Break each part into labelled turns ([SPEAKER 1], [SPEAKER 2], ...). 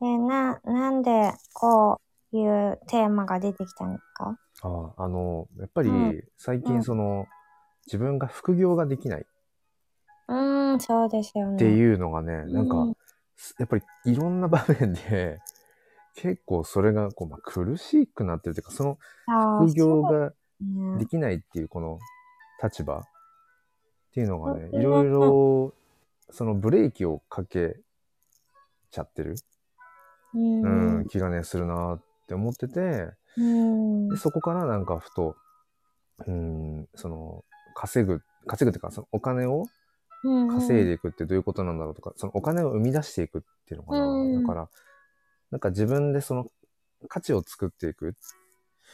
[SPEAKER 1] な、なんでこういうテーマが出てきたんですか
[SPEAKER 2] ああ、あの、やっぱり
[SPEAKER 1] うん
[SPEAKER 2] 最
[SPEAKER 1] うん
[SPEAKER 2] 近その、自分が副業ができないっ
[SPEAKER 1] うーん、そうですよね。
[SPEAKER 2] ていうのがね、なんか
[SPEAKER 1] うん、
[SPEAKER 2] やっぱりいろんな場面で、結構それがこう、まあ、苦しくなってるというか、その
[SPEAKER 1] あー
[SPEAKER 2] 副業が
[SPEAKER 1] そう
[SPEAKER 2] で
[SPEAKER 1] ね
[SPEAKER 2] きないっていうこの立場っていうのがね、
[SPEAKER 1] うん
[SPEAKER 2] いろいろそのブレーキをかけちゃってる、
[SPEAKER 1] う。
[SPEAKER 2] うんん、気がね、するなって思ってて、
[SPEAKER 1] うん。
[SPEAKER 2] でそこからなんかふと、うん、その、稼ぐ、稼ぐっていうか、そのお金を
[SPEAKER 1] うん
[SPEAKER 2] 稼いでいくってどういうことなんだろうとか、そのお金を生み出していくっていうのかな。
[SPEAKER 1] うん
[SPEAKER 2] だから、なんか自分でその価値を作っていくっ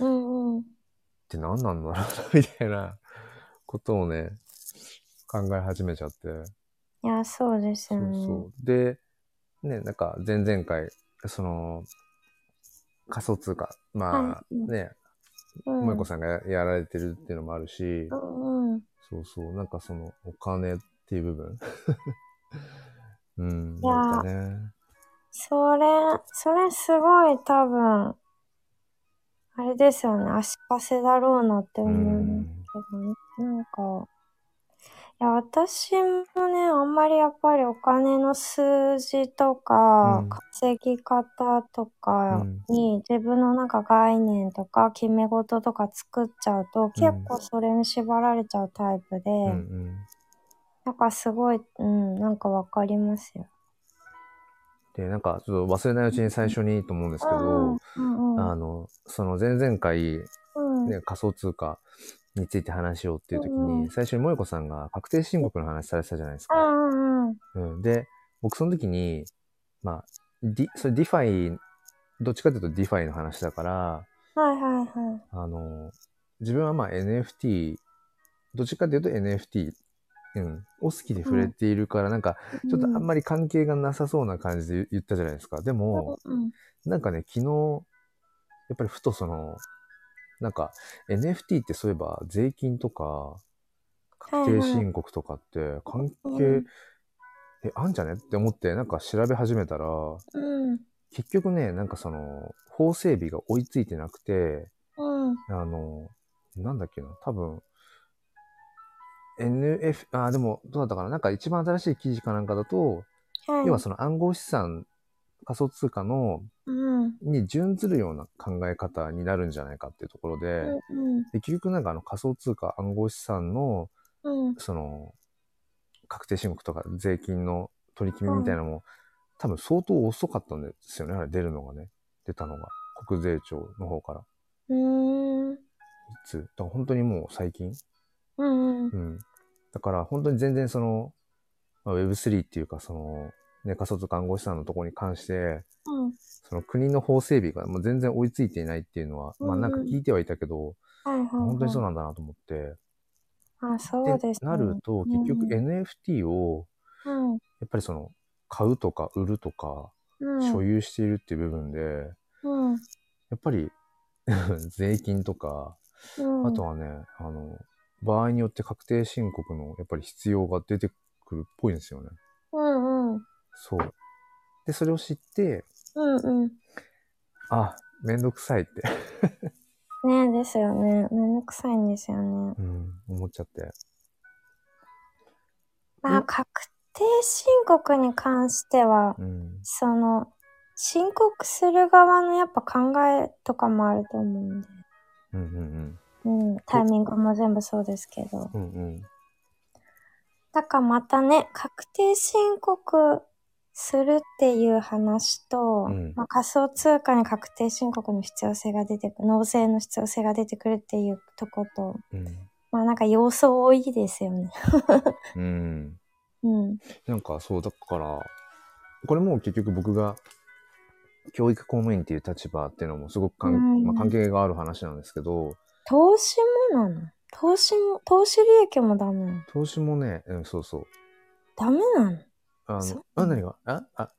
[SPEAKER 1] うんうん。
[SPEAKER 2] て何なんだろうな、みたいなことをね、考え始めちゃって。
[SPEAKER 1] いや、そうです
[SPEAKER 2] そう
[SPEAKER 1] よね。
[SPEAKER 2] そう。で、ね、なんか前々回、その、仮想通貨、まあ
[SPEAKER 1] は、いうん
[SPEAKER 2] ね、
[SPEAKER 1] うん
[SPEAKER 2] 萌子さんがややられてるっていうのもあるし、
[SPEAKER 1] うんうん。
[SPEAKER 2] そうそう、なんかそのお金っていう部分。 うん、
[SPEAKER 1] いやー
[SPEAKER 2] なんかね。
[SPEAKER 1] それ、それすごい多分、あれですよね、足かせだろうなって思うんですけどね。なんか、いや、私もね、あんまりやっぱりお金の数字とか、
[SPEAKER 2] うん
[SPEAKER 1] 稼ぎ方とか
[SPEAKER 2] うん
[SPEAKER 1] に自分のなんか概念とか決め事とか作っちゃうと、結構それに縛られちゃうタイプで、
[SPEAKER 2] うんうん。
[SPEAKER 1] なんかすごい、うん、なんかわかりますよ。
[SPEAKER 2] で、なんかちょっと忘れないうちに最初にと思うんですけ
[SPEAKER 1] うん
[SPEAKER 2] ど、
[SPEAKER 1] うんうん
[SPEAKER 2] あの、その前々回、
[SPEAKER 1] うん
[SPEAKER 2] ね、仮想通貨について話しようっていう時
[SPEAKER 1] うんうん
[SPEAKER 2] に、最初に萌子さんが確定申告の話されてたじゃないです
[SPEAKER 1] うんう
[SPEAKER 2] か。
[SPEAKER 1] んうん。
[SPEAKER 2] うん、で、僕その時に、まあ、ディ、それディファイ、どっちかというとディファイの話だから、
[SPEAKER 1] はいはいはい。
[SPEAKER 2] あの、自分はまあ NFT、どっちかというと NFT、うん、を好きで触れているから、なんか、ちょっとあんまり関係がなさそうな感じで言言ったじゃないですか。でも、
[SPEAKER 1] うん
[SPEAKER 2] なんかね、昨日、やっぱりふとその、なんか NFT ってそういえば税金とか、確定申告とかって関
[SPEAKER 1] うん
[SPEAKER 2] 係、え、あんじゃねって思って、なんか調べ始めたら、
[SPEAKER 1] うん
[SPEAKER 2] 結局ね、なんかその、法整備が追いついてなくて、
[SPEAKER 1] うん
[SPEAKER 2] あの、なんだっけな、多分、NF、あ、でも、どうだったかな、なんか一番新しい記事かなんかだと、
[SPEAKER 1] はい
[SPEAKER 2] 要はその暗号資産、仮想通貨の、
[SPEAKER 1] うんうん
[SPEAKER 2] に準ずるような考え方になるんじゃないかっていうところで、
[SPEAKER 1] うん
[SPEAKER 2] で結局なんかあの仮想通貨暗号資産の、
[SPEAKER 1] うん
[SPEAKER 2] その、確定申告とか税金の取り決めみたいなのも、多分相当遅かったんですよね、あれ出るのがね、出たのが、国税庁の方から。
[SPEAKER 1] うん
[SPEAKER 2] いつだから本当にもう最近
[SPEAKER 1] うんうん
[SPEAKER 2] うん。だから本当に全然その、まあ、Web3 っていうかその、ね、仮想通貨暗号資産のところに関して、
[SPEAKER 1] うん
[SPEAKER 2] その国の法整備がもう全然追いついていないっていうのは、まあ
[SPEAKER 1] うんう
[SPEAKER 2] なんんか聞いてはいたけど、
[SPEAKER 1] はいはいはい
[SPEAKER 2] 本当にそうなんだなと思って。
[SPEAKER 1] あそう
[SPEAKER 2] で
[SPEAKER 1] ですね
[SPEAKER 2] なると、結局
[SPEAKER 1] うん
[SPEAKER 2] NFT を、
[SPEAKER 1] うん
[SPEAKER 2] やっぱりその、買うとか売るとか、
[SPEAKER 1] うん
[SPEAKER 2] 所有しているっていう部分で、
[SPEAKER 1] うん
[SPEAKER 2] やっぱり 税金とか、
[SPEAKER 1] うん
[SPEAKER 2] あとはね、あの、場合によって確定申告のやっぱり必要が出てくるっぽいんですよね。
[SPEAKER 1] うんうん
[SPEAKER 2] そう。で、それを知って、
[SPEAKER 1] うんうん
[SPEAKER 2] あ、めんどくさいって、
[SPEAKER 1] ねですよねめんどくさいんですよね
[SPEAKER 2] うん、思っちゃって。
[SPEAKER 1] ま
[SPEAKER 2] う
[SPEAKER 1] あ
[SPEAKER 2] ん
[SPEAKER 1] 確定申告に関しては
[SPEAKER 2] うん。
[SPEAKER 1] その申告する側のやっぱ考えとかもあると思うんで
[SPEAKER 2] うんうん
[SPEAKER 1] うんタイミングも全部そうですけど
[SPEAKER 2] うん。うんうん。
[SPEAKER 1] だからまたね、確定申告するっていう話と、
[SPEAKER 2] うん
[SPEAKER 1] まあ、仮想通貨に確定申告の必要性が出てくる、納税の必要性が出てくるっていうとこと、
[SPEAKER 2] うん。
[SPEAKER 1] まあなんか要素多いですよね。
[SPEAKER 2] うん。
[SPEAKER 1] うん。
[SPEAKER 2] なんかそう、だから、これも結局僕が、教育公務員っていう立場っていうのもすごくかん
[SPEAKER 1] うん
[SPEAKER 2] まあ、関係がある話なんですけど、
[SPEAKER 1] 投資もなの投資も、投資利益もダメなの
[SPEAKER 2] 投資もね、うん、そうそう。
[SPEAKER 1] ダメなの
[SPEAKER 2] あ
[SPEAKER 1] そう
[SPEAKER 2] の、あ、何が、あ、あ、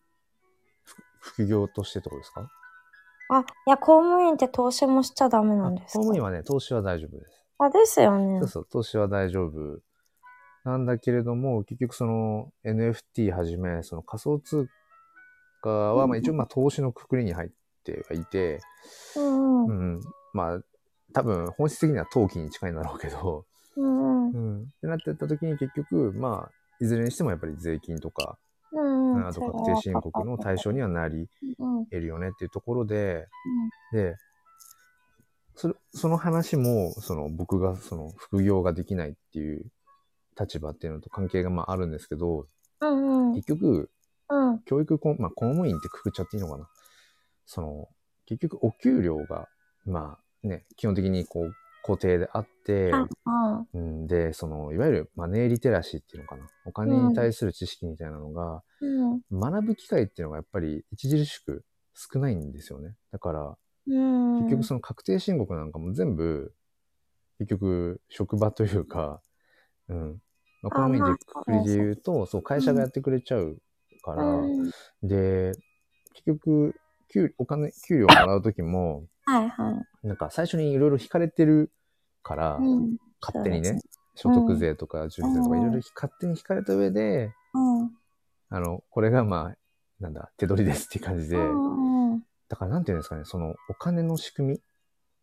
[SPEAKER 2] ふ副業としてってことですか
[SPEAKER 1] あ、いや、公務員って投資もしちゃダメ
[SPEAKER 2] あ
[SPEAKER 1] なん
[SPEAKER 2] 公
[SPEAKER 1] ですか
[SPEAKER 2] 務員はね、投資は大丈夫です。
[SPEAKER 1] あ、ですよね
[SPEAKER 2] そう。そう、投資は大丈夫。なんだけれども、結局その NFT はじめ、その仮想通かは、ま
[SPEAKER 1] う
[SPEAKER 2] あ
[SPEAKER 1] ん
[SPEAKER 2] 一応まあ投資のくくりに入ってはいて、
[SPEAKER 1] うん
[SPEAKER 2] う
[SPEAKER 1] うん
[SPEAKER 2] ん、まあ多分本質的には投機に近いんだろうけど、
[SPEAKER 1] うんうん
[SPEAKER 2] うん、ってなってった時に結局、まあいずれにしてもやっぱり税金とか、
[SPEAKER 1] うんうん
[SPEAKER 2] あと確定申告の対象にはなり
[SPEAKER 1] うんうん
[SPEAKER 2] 得るよねっていうところで、で、それその話も、その僕がその副業ができないっていう立場っていうのと関係がまああるんですけど、
[SPEAKER 1] うんうん
[SPEAKER 2] 結局、
[SPEAKER 1] うん
[SPEAKER 2] 教育こ、まあ、公務員ってくくっちゃっていいのかな。その、結局お給料が、まあね、基本的にこう固定であって、
[SPEAKER 1] ああ
[SPEAKER 2] うん、で、その、いわゆるマネーリテラシーっていうのかな。お金に対する知識みたいなのが、
[SPEAKER 1] うん
[SPEAKER 2] 学ぶ機会っていうのがやっぱり著しく少ないんですよね。だから、
[SPEAKER 1] うん
[SPEAKER 2] 結局その確定申告なんかも全部、結局職場というか、うん。まあ、
[SPEAKER 1] あ
[SPEAKER 2] 公務員
[SPEAKER 1] ま
[SPEAKER 2] で
[SPEAKER 1] あ
[SPEAKER 2] くくりで言うと、そう、会社がやってくれちゃうから、
[SPEAKER 1] うん
[SPEAKER 2] で、結局、給お金、給料をもらうときも、
[SPEAKER 1] はいはい
[SPEAKER 2] なんか最初にいろいろ引かれてるから、
[SPEAKER 1] うん
[SPEAKER 2] 勝手に
[SPEAKER 1] そう
[SPEAKER 2] ね
[SPEAKER 1] で、
[SPEAKER 2] 所得税とか住所税とかいろいろ勝手に引かれた上で、
[SPEAKER 1] うん
[SPEAKER 2] あの、これがまあ、なんだ、手取りですっていう感じで、
[SPEAKER 1] うんうん
[SPEAKER 2] だからなんていうんですかね、そのお金の仕組み、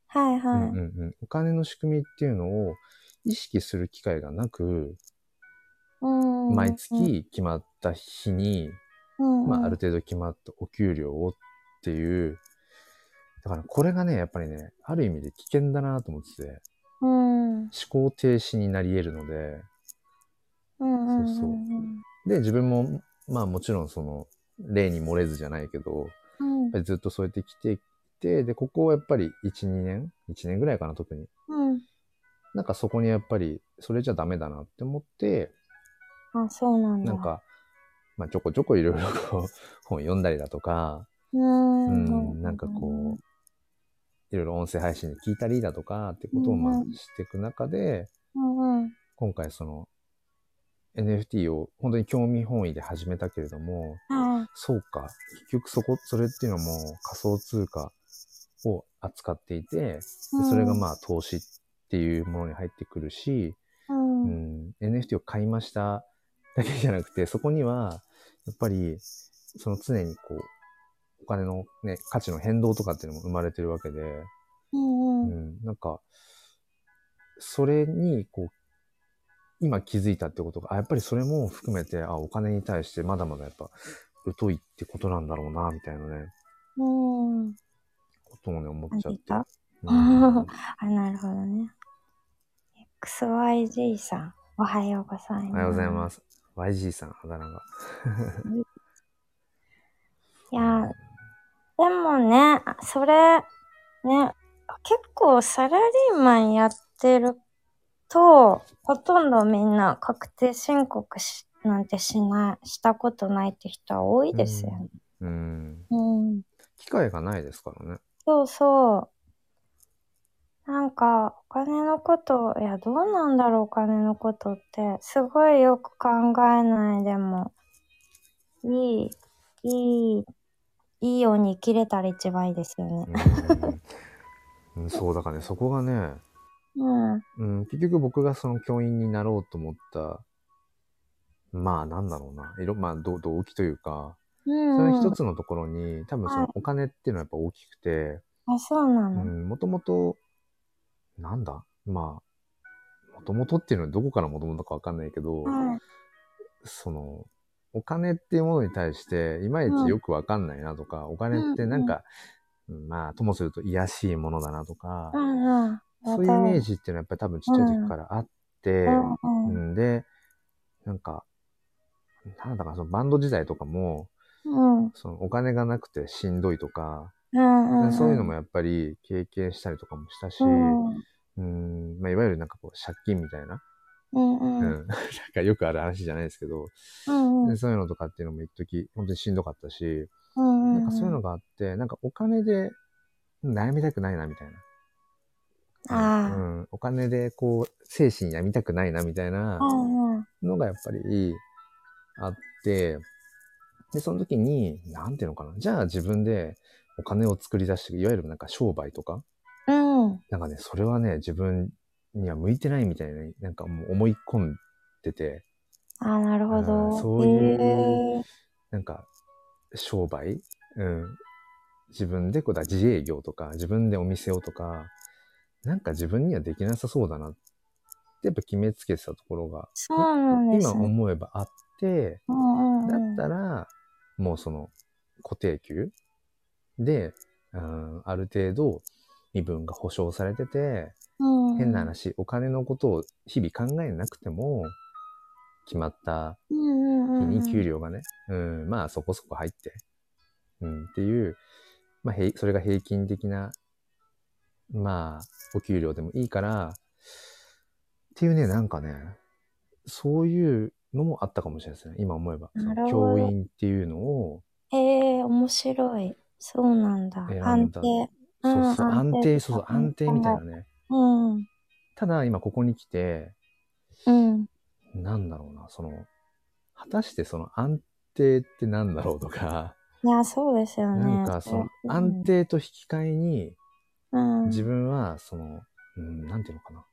[SPEAKER 1] はいは
[SPEAKER 2] うんうん
[SPEAKER 1] い
[SPEAKER 2] うん、お金の仕組みっていうのを意識する機会がなく、
[SPEAKER 1] うん
[SPEAKER 2] 毎月決まった日に、
[SPEAKER 1] うんうん
[SPEAKER 2] まあ、ある程度決まったお給料をっていう、だからこれがね、やっぱりね、ある意味で危険だなと思ってて、
[SPEAKER 1] うん
[SPEAKER 2] 思考停止になり得るので、
[SPEAKER 1] うんうん
[SPEAKER 2] そうそうで、自分も、まあもちろんその、例に漏れずじゃないけど、
[SPEAKER 1] うん
[SPEAKER 2] やっぱりずっとそうやって来てきて、で、ここをやっぱり1、2年 ?1 年ぐらいかな、特に。
[SPEAKER 1] うん
[SPEAKER 2] なんかそこにやっぱり、それじゃダメだなって思って、
[SPEAKER 1] あそうなんだ
[SPEAKER 2] なんか、まあちょこちょこいろいろこう、 本読んだりだとか、
[SPEAKER 1] う
[SPEAKER 2] うんん、なんかこう、いろいろ音声配信で聞いたりだとかってことをまあ
[SPEAKER 1] うんうん
[SPEAKER 2] していく中で、
[SPEAKER 1] うんうん
[SPEAKER 2] 今回その NFT を本当に興味本位で始めたけれども、
[SPEAKER 1] はい
[SPEAKER 2] そうか、結局そこ、それっていうのも仮想通貨を扱っていて、でそれがまあ投資っていうものに入ってくるし、
[SPEAKER 1] うんうん
[SPEAKER 2] うん、NFT を買いましただけじゃなくて、そこには、やっぱり、その常にこう、お金のね、価値の変動とかっていうのも生まれてるわけで、
[SPEAKER 1] うん
[SPEAKER 2] う
[SPEAKER 1] うん
[SPEAKER 2] ん、なんか、それに、こう、今気づいたってことが、あ、やっぱりそれも含めて、あ、お金に対してまだまだやっぱ、疎いってことなんだろうな、みたいなね、
[SPEAKER 1] うん
[SPEAKER 2] ことをね、思っちゃって
[SPEAKER 1] あ。
[SPEAKER 2] うん
[SPEAKER 1] あ、なるほどね。XYG さん、おはようございます。
[SPEAKER 2] おはようございます。YG さん、あだ名が。
[SPEAKER 1] いや、でもね、あそれ、ね、結構サラリーマンやってると、ほとんどみんな確定申告しなんてしない、したことないって人は多いですよね。
[SPEAKER 2] うん。
[SPEAKER 1] うん
[SPEAKER 2] 機会がないですからね。
[SPEAKER 1] そうそう。なんか、お金のこと、いや、どうなんだろう、お金のことって。すごいよく考えないでも、いい、いい、いいように生きれたら一番いいですよね。
[SPEAKER 2] うんうんそうだからねそこがね、
[SPEAKER 1] うん。うん
[SPEAKER 2] うん、結局僕がその教員になろうと思ったまあなんだろうないろまあど動機というかそれの一つのところに多分そ
[SPEAKER 1] は
[SPEAKER 2] の
[SPEAKER 1] い
[SPEAKER 2] お金っていうのはやっぱ大きくて
[SPEAKER 1] あ、そうなの。
[SPEAKER 2] もともとなんだまあもともとっていうのはどこからもともとかわかんないけど、
[SPEAKER 1] はい。
[SPEAKER 2] そのお金っていうものに対していまいちよくわかんないなとか、お金ってなんか、うんまあともすると癒やしいものだなとか、
[SPEAKER 1] うんうん。
[SPEAKER 2] そういうイメー
[SPEAKER 1] ジ。
[SPEAKER 2] ジっていうのはやっぱり多分ちっちゃい時からあって、
[SPEAKER 1] うんうん。
[SPEAKER 2] うん、で、なんか、なんだかそのバンド時代とかも、
[SPEAKER 1] うん
[SPEAKER 2] そのお金がなくてしんどいとか、
[SPEAKER 1] うんうん。
[SPEAKER 2] そういうのもやっぱり経験したりとかもしたし、
[SPEAKER 1] うん
[SPEAKER 2] うんまあ、いわゆるなんかこう借金みたいな、
[SPEAKER 1] うん
[SPEAKER 2] う
[SPEAKER 1] うんん。
[SPEAKER 2] なん かよくある話じゃないですけど、
[SPEAKER 1] うんうん
[SPEAKER 2] でそういうのとかっていうのも一時本当にしんどかったし、
[SPEAKER 1] うん。
[SPEAKER 2] なんかそういうのがあって、なんかお金で悩みたくないなみたいな。
[SPEAKER 1] ああ
[SPEAKER 2] うん、お金でこう、精神病みたくないなみたいな
[SPEAKER 1] うんうん。
[SPEAKER 2] のがやっぱりあって、で、その時に、なんていうのかな。じゃあ自分でお金を作り出して、いわゆるなんか商売とか、
[SPEAKER 1] うん。
[SPEAKER 2] なんかね、それはね、自分には向いてないみたいな、なんかもう思い込んでて、
[SPEAKER 1] あ、なるほ
[SPEAKER 2] う
[SPEAKER 1] ど。
[SPEAKER 2] んそういう
[SPEAKER 1] へー
[SPEAKER 2] なんか、商売、うん、自分でこうだ自営業とか自分でお店をとかなんか自分にはできなさそうだなってやっぱ決めつけてたところが、
[SPEAKER 1] そうなんです
[SPEAKER 2] 今
[SPEAKER 1] ね。
[SPEAKER 2] 思えばあって
[SPEAKER 1] うんうん
[SPEAKER 2] だ
[SPEAKER 1] うん
[SPEAKER 2] ったらもうその固定給で、うん、ある程度身分が保障されてて
[SPEAKER 1] うん
[SPEAKER 2] 変な話お金のことを日々考えなくても決まった
[SPEAKER 1] うんうんう
[SPEAKER 2] 日
[SPEAKER 1] んうん
[SPEAKER 2] に給料がね、うん、まあそこそこ入って、うん、っていう、まあ、へいそれが平均的な、まあ、お給料でもいいから、っていうね、なんかね、そういうのもあったかもしれないですね、今思えば。そ
[SPEAKER 1] な
[SPEAKER 2] の
[SPEAKER 1] るほど
[SPEAKER 2] 教員っていうのを、
[SPEAKER 1] ええ面白い。そうなんだ。
[SPEAKER 2] 選んだ
[SPEAKER 1] 安定。う
[SPEAKER 2] そ
[SPEAKER 1] ん
[SPEAKER 2] うそう、
[SPEAKER 1] 安
[SPEAKER 2] 安
[SPEAKER 1] 定
[SPEAKER 2] 定、そうそう、安定みたいなね。
[SPEAKER 1] うん。うん。
[SPEAKER 2] ただ、今ここに来て、
[SPEAKER 1] うん。
[SPEAKER 2] なんだろうな、その、果たしてその安定ってなんだろうとか、
[SPEAKER 1] いや、そうですよね。
[SPEAKER 2] なんかその
[SPEAKER 1] うん
[SPEAKER 2] 安定と引き換えに、
[SPEAKER 1] うん。
[SPEAKER 2] 自分はその、うん、なんていうのかな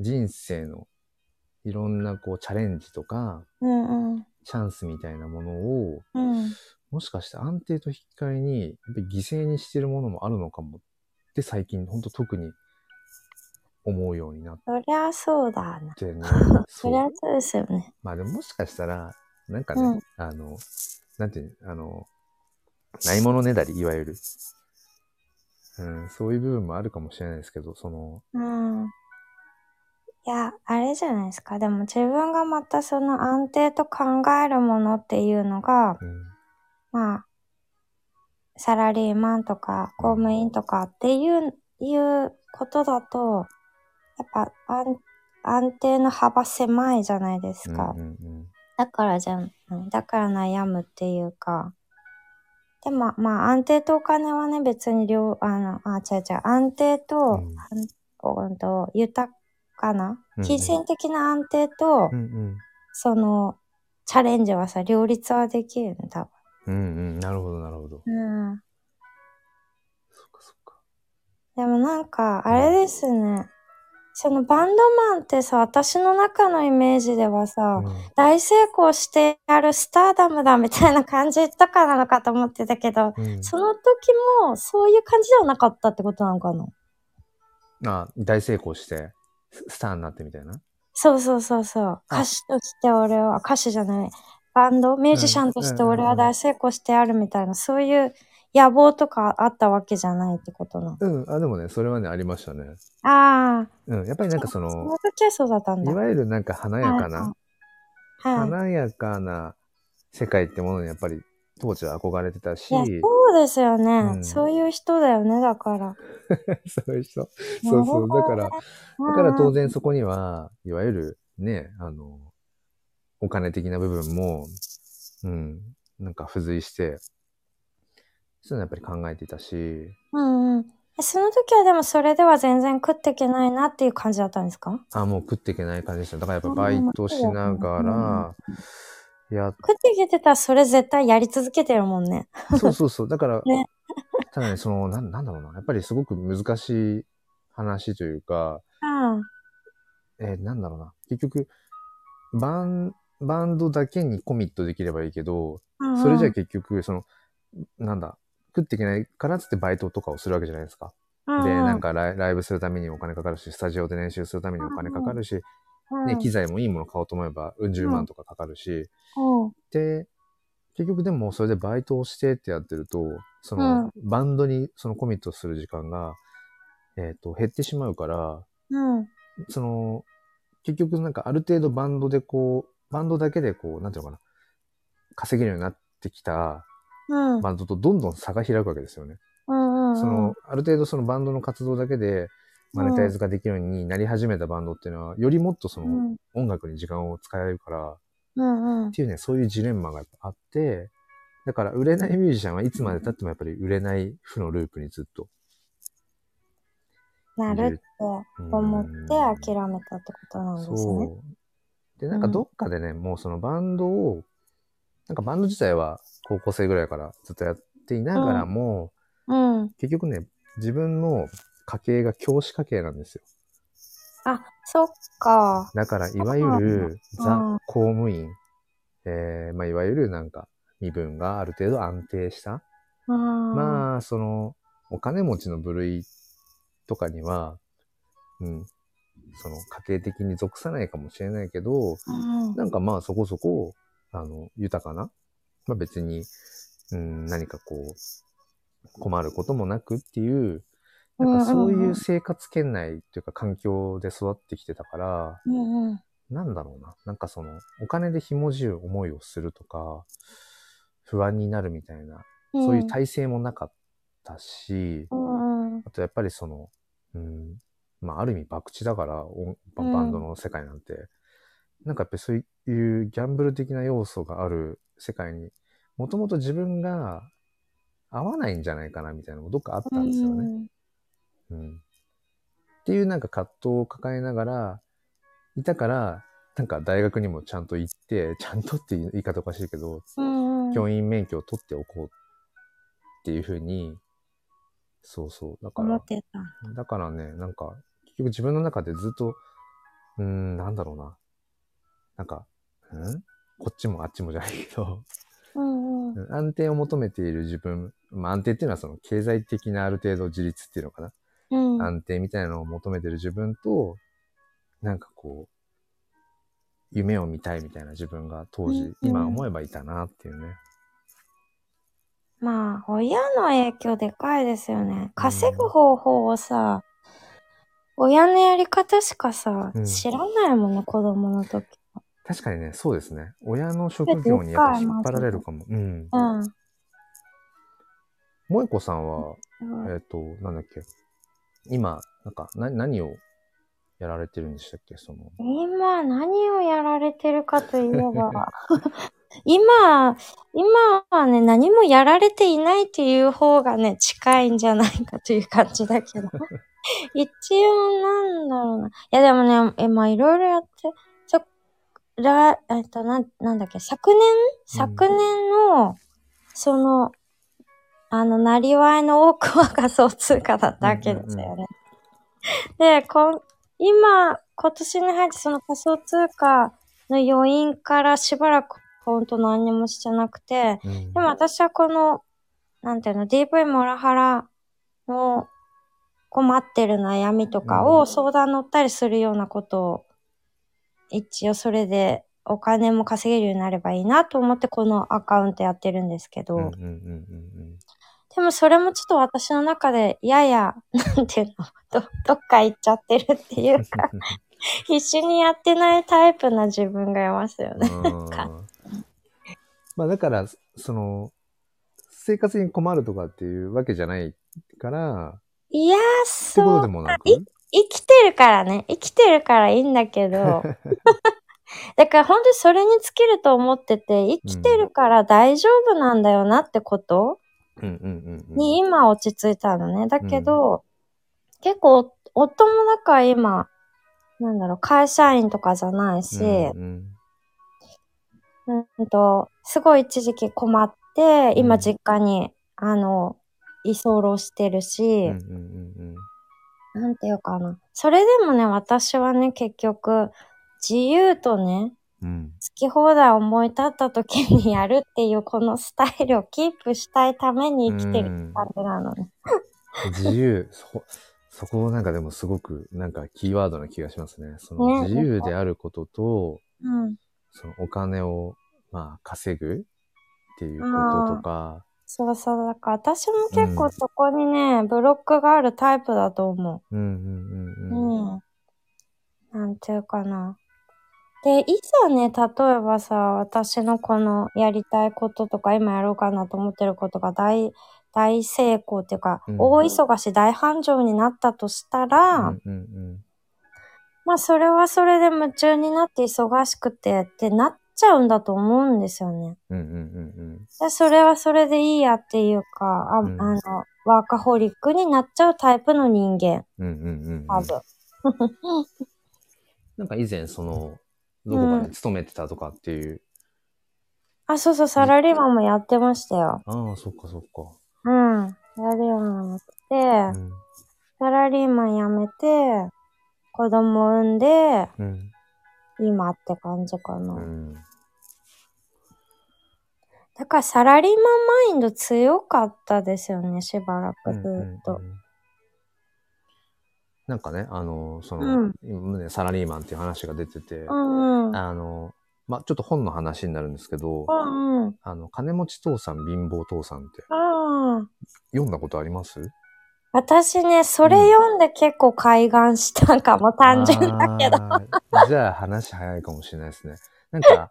[SPEAKER 2] 人生のいろんなこうチャレンジとか
[SPEAKER 1] うんうん。
[SPEAKER 2] チャンスみたいなものを
[SPEAKER 1] うん。
[SPEAKER 2] もしかして安定と引き換えにやっぱり犠牲にしてるものもあるのかもって最近本当特に思うようになっ
[SPEAKER 1] そりゃそうだな。
[SPEAKER 2] てね
[SPEAKER 1] そ
[SPEAKER 2] そ
[SPEAKER 1] りゃ
[SPEAKER 2] う
[SPEAKER 1] そうですよね。
[SPEAKER 2] まあでももしかしたらなんかね、
[SPEAKER 1] うん
[SPEAKER 2] あのなんていうのあのないものねだりいわゆる、うん、そういう部分もあるかもしれないですけどその
[SPEAKER 1] うん。いや、あれじゃないですか。でも自分がまたその安定と考えるものっていうのが、
[SPEAKER 2] うん
[SPEAKER 1] まあ、サラリーマンとか公務員とかっていう、いうことだと、やっぱ安安定の幅狭いじゃないですか。
[SPEAKER 2] うんうんうん
[SPEAKER 1] だからじゃん、うんだから悩むっていうか。でも、まあ、安定とお金はね、別に両、あの、あ、違う違う、安定
[SPEAKER 2] う
[SPEAKER 1] と、
[SPEAKER 2] ん
[SPEAKER 1] うん、と豊かな
[SPEAKER 2] うん、
[SPEAKER 1] 金銭的な安定と、
[SPEAKER 2] うんうん
[SPEAKER 1] その、チャレンジはさ、両立はできるんだ。
[SPEAKER 2] うんうんなるほどなるほど
[SPEAKER 1] うん。
[SPEAKER 2] そっかそっか
[SPEAKER 1] でもなんか、あれですね。そのバンドマンってさ、私の中のイメージではさ、大成功してやるスターダムだみたいな感じとかなのかと思ってたけど、
[SPEAKER 2] うんうん
[SPEAKER 1] その時もそういう感じではなかったってことなのかな
[SPEAKER 2] あ大成功してススターになってみたいな
[SPEAKER 1] そうそうそうそう。歌手として俺は、歌手じゃない。バンド、ミュージシャンとして俺は大成功してやるみたいな、そういう野望とかあったわけじゃないってことなの。
[SPEAKER 2] うんあでもねそれはねありましたね
[SPEAKER 1] ああ、
[SPEAKER 2] うんやっぱりなんかそ
[SPEAKER 1] その
[SPEAKER 2] の
[SPEAKER 1] 時はそうだったん
[SPEAKER 2] い
[SPEAKER 1] だ。はい
[SPEAKER 2] わゆるなんか華やかな
[SPEAKER 1] は
[SPEAKER 2] 華やかな世界ってものにやっぱり当時は憧れてたし
[SPEAKER 1] い。いや、そうですよね。
[SPEAKER 2] ん
[SPEAKER 1] そういう人だよね、だから。
[SPEAKER 2] そういう人そうそうだからだから当然そこにはいわゆるねあのお金的な部分もうんなんか付随してそういうのやっぱり考えていたし
[SPEAKER 1] うんうん。その時はでもそれでは全然食っていけないなっていう感じだったんですか
[SPEAKER 2] あ、もう食っていけない感じでした。だからやっぱバイトしながら、いや、
[SPEAKER 1] 食っていけてたらそれ絶対やり続けてるもんね。
[SPEAKER 2] そうそうそう。だから
[SPEAKER 1] ね、
[SPEAKER 2] ただね、その、なんなんだろうな。やっぱりすごく難しい話というか、
[SPEAKER 1] うん。
[SPEAKER 2] えーなんだろうな。結局、バン、バンドだけにコミットできればいいけど、
[SPEAKER 1] うんうん
[SPEAKER 2] それじゃ結局、その、なんだ、食っていけないからっつってバイトとかをするわけじゃないですか。
[SPEAKER 1] う
[SPEAKER 2] で、
[SPEAKER 1] ん
[SPEAKER 2] なん、かライライブするためにお金かかるし、スタジオで練習するためにお金かかるし、
[SPEAKER 1] うん
[SPEAKER 2] ね、機材もいいもの買おうと思えば、うん十万とかかかるし、
[SPEAKER 1] うん
[SPEAKER 2] で、結局でもそれでバイトをしてってやってると、その、バンドにそのコミットする時間が、えっ、と、減ってしまうから、
[SPEAKER 1] うん。
[SPEAKER 2] その、結局なんかある程度バンドでこう、バンドだけでこう、なんていうのかな、稼げるようになってきた
[SPEAKER 1] うん。
[SPEAKER 2] バンドとどんどん差が開くわけですよね。
[SPEAKER 1] うん。
[SPEAKER 2] その、ある程度そのバンドの活動だけで、マネタイズができるようになり始めたバンドっていうのは、よりもっとそうの、
[SPEAKER 1] ん。
[SPEAKER 2] 音楽に時間を使えるから、
[SPEAKER 1] うん。うん
[SPEAKER 2] っ。ていうね、そういうジレンマがやっぱあって、だから売れないミュージシャンはいつまで経ってもやっぱり売れない負のループにずっと。
[SPEAKER 1] なるって
[SPEAKER 2] うん
[SPEAKER 1] 思って諦めたってことなんですね。
[SPEAKER 2] そう。で、なんかどっかでね、もうそのバンドを、なんかバンド自体は高校生ぐらいからずっとやっていながらも、
[SPEAKER 1] うん。
[SPEAKER 2] 結局ね、自分の家計が教師家計なんですよ。
[SPEAKER 1] あ、そっか。
[SPEAKER 2] だから、いわゆる
[SPEAKER 1] うん
[SPEAKER 2] ザ公務員、えー、まあ、いわゆるなんか、身分がある程度安定した。
[SPEAKER 1] あーまあ、
[SPEAKER 2] まあ、その、お金持ちの部類とかには、うん、その、家庭的に属さないかもしれないけど、
[SPEAKER 1] うん、
[SPEAKER 2] なんかまあそこそこ、あの、豊かな、まあ別に、うん、何かこう、困ることもなくっていう、なんかそういう生活圏内っていうか環境で育ってきてたから、
[SPEAKER 1] うんうん、
[SPEAKER 2] なんだろうな。なんかその、お金でひもじる思いをするとか、不安になるみたいな、そういう体制もなかったし、
[SPEAKER 1] うんうん
[SPEAKER 2] あとやっぱりその、うん、まあある意味博打だから、音ババンドの世界なんて、なんかやっぱりそういうギャンブル的な要素がある世界に、もともと自分が合わないんじゃないかなみたいなのもどっかあったんですよね。うんっていうなんか葛藤を抱えながら、いたから、なんか大学にもちゃんと行って、ちゃんとっていう言い方おかしいけど、
[SPEAKER 1] うんうん、
[SPEAKER 2] 教員免許を取っておこうっていうふうに、そうそう。だか
[SPEAKER 1] 思
[SPEAKER 2] ら
[SPEAKER 1] っ、てた。
[SPEAKER 2] だからね、なんか、結局自分の中でずっと、うーん、なんだろうな。なんか、んこっちもあっちもじゃないけど、
[SPEAKER 1] うんうん。
[SPEAKER 2] うん安定を求めている自分、まあ安定っていうのはその経済的なある程度自立っていうのかな。
[SPEAKER 1] うん
[SPEAKER 2] 安定みたいなのを求めてる自分と、なんかこう、夢を見たいみたいな自分が当時、
[SPEAKER 1] うん
[SPEAKER 2] 今思えばいたなっていうね。
[SPEAKER 1] まあ、親の影響でかいですよね。稼ぐ方法をさ、親のやり方しかさ、
[SPEAKER 2] うん
[SPEAKER 1] 知らないもんね、子供の時は。
[SPEAKER 2] 確かにね、そうですね。親の職業にやっぱ引っ張られるかも。うん。
[SPEAKER 1] うん。
[SPEAKER 2] 萌子さんは、
[SPEAKER 1] うん
[SPEAKER 2] えっ、と、なんだっけ。今、なんか、な、何をやられてるんでしたっけその、
[SPEAKER 1] 今何をやられてるかといえ ば、今、今はね、何もやられていないっていう方がね、近いんじゃないかという感じだけ ど。一応なんだろうな。いやでもね、今いろいろやって、そ、ら、えっと、なん、なんだっけ、昨年昨年の、その、あの、なりわいの多くは仮想通貨だったわけですよね。で、こん、今、今年に入ってその仮想通貨の余韻からしばらくほんと何にもしてなくて、
[SPEAKER 2] うん
[SPEAKER 1] でも私はこの、なんていうの、DV モラハラの困ってる悩みとか
[SPEAKER 2] う
[SPEAKER 1] を
[SPEAKER 2] ん
[SPEAKER 1] 相談乗ったりするようなことを、一応それでお金も稼げるようになればいいなと思ってこのアカウントやってるんですけど、
[SPEAKER 2] うんうんうんうん
[SPEAKER 1] でもそれもちょっと私の中でやや、なんていうの、 どどっか行っちゃってるって いうか、必死にやってないタイプな自分がいますよ
[SPEAKER 2] う
[SPEAKER 1] ね。
[SPEAKER 2] ん。うんまあだから、その、生活に困るとかっていうわけじゃないから、
[SPEAKER 1] いやー、
[SPEAKER 2] ってこ
[SPEAKER 1] そ
[SPEAKER 2] と
[SPEAKER 1] う
[SPEAKER 2] でもなく。
[SPEAKER 1] い生きてるからね。生きてるからいいんだけ ど。だから本当にそれに尽きると思ってて、生きてるから大丈夫なんだよなってこと
[SPEAKER 2] うんうんうんうん。
[SPEAKER 1] に今落ち着いたのね。だけど、結構夫もだから今、なんだろう、会社員とかじゃないし、
[SPEAKER 2] うん
[SPEAKER 1] うんと、すごい一時期困って、
[SPEAKER 2] う
[SPEAKER 1] 今
[SPEAKER 2] ん
[SPEAKER 1] 実家に、あの、居候してる
[SPEAKER 2] うん
[SPEAKER 1] し、
[SPEAKER 2] うんうん
[SPEAKER 1] なんていうかな。それでもね、私はね、結局、自由とね、
[SPEAKER 2] うんうん
[SPEAKER 1] 好き放題思い立った時にやるっていうこのスタイルをキープしたいために生きてる感じなのね。
[SPEAKER 2] 自由、そこ、そこなんかでもすごく、なんかキーワードな気がしますね。その
[SPEAKER 1] ね
[SPEAKER 2] 自由であることと、
[SPEAKER 1] うん。
[SPEAKER 2] そのお金を、まあ、稼ぐっていうこととか、
[SPEAKER 1] そうそう。だから私も結構そこにね、ブロックがあるタイプだと思う。
[SPEAKER 2] うんうんうんうん。
[SPEAKER 1] うん。なんていうかな。で、いざね、例えばさ、私のこのやりたいこととか、今やろうかなと思ってることが大、大成功っていうか、
[SPEAKER 2] うん
[SPEAKER 1] 大忙し、大繁盛になったとしたら、
[SPEAKER 2] うんうん
[SPEAKER 1] まあ、それはそれで夢中になって忙しくてってなっちゃうんだと思うんですよね。
[SPEAKER 2] うん。うんうんうん
[SPEAKER 1] でそれはそれでいいやっていうか、あ,、
[SPEAKER 2] うん
[SPEAKER 1] あの、ワーカホリックになっちゃうタイプの人間、
[SPEAKER 2] うん。うんうんうんうん。
[SPEAKER 1] 多分。
[SPEAKER 2] なんか以前、その、どこかに勤めてたとかっていう。
[SPEAKER 1] あ、そうそう、サラリーマンもやってましたよ。
[SPEAKER 2] ああ、そっかそっか。
[SPEAKER 1] うん。サラリーマンやって、
[SPEAKER 2] うん
[SPEAKER 1] サラリーマン辞めて、子供産んで、
[SPEAKER 2] うん。
[SPEAKER 1] 今って感じかな。
[SPEAKER 2] うん。
[SPEAKER 1] だからサラリーマンマインド強かったですよね、しばらくずっ
[SPEAKER 2] うん
[SPEAKER 1] と
[SPEAKER 2] う。んうんなんかね、あの、そ
[SPEAKER 1] うん
[SPEAKER 2] の、今ね、サラリーマンっていう話が出てて、
[SPEAKER 1] うんうん。
[SPEAKER 2] あの、まあ、ちょっと本の話になるんですけど、
[SPEAKER 1] うんうん。
[SPEAKER 2] あの、金持ち父さん、貧乏父さんって
[SPEAKER 1] ああ。
[SPEAKER 2] 読んだことあります
[SPEAKER 1] 私ね、それ読んで結構開眼したんかも、単純だけど。
[SPEAKER 2] ど。じゃあ話早いかもしれないですね。なんか、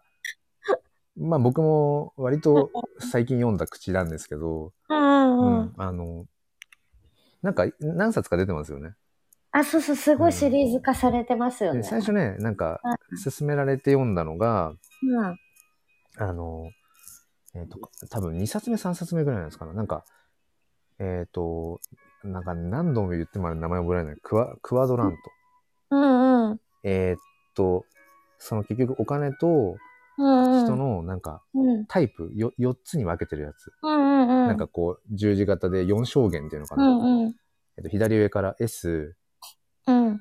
[SPEAKER 2] まあ僕も割と最近読んだ口なんですけど、
[SPEAKER 1] うん
[SPEAKER 2] う
[SPEAKER 1] うんうん
[SPEAKER 2] ん、あの、なんか何冊か出てますよね。
[SPEAKER 1] あ、そうそう、すごいシリーズ化されてますよね
[SPEAKER 2] で。最初ね、なんか
[SPEAKER 1] う
[SPEAKER 2] 勧められて読んだのが、
[SPEAKER 1] うん。
[SPEAKER 2] あの、えっ、と、多分2冊目、3冊目ぐらいなんですかな。なんか、えっ、と、なんか何度も言ってもあれ名前覚えられない。クワ、クワドラン
[SPEAKER 1] う
[SPEAKER 2] ト。
[SPEAKER 1] んうん。
[SPEAKER 2] えーっと、その結局お金と
[SPEAKER 1] うんうん。
[SPEAKER 2] 人のなんか
[SPEAKER 1] うん
[SPEAKER 2] タイプよ、4つに分けてるやつ。
[SPEAKER 1] うんうん。
[SPEAKER 2] なんかこう十字型で4象限っていうのか
[SPEAKER 1] う
[SPEAKER 2] な。
[SPEAKER 1] んうん。
[SPEAKER 2] えっと、左上から S、
[SPEAKER 1] うん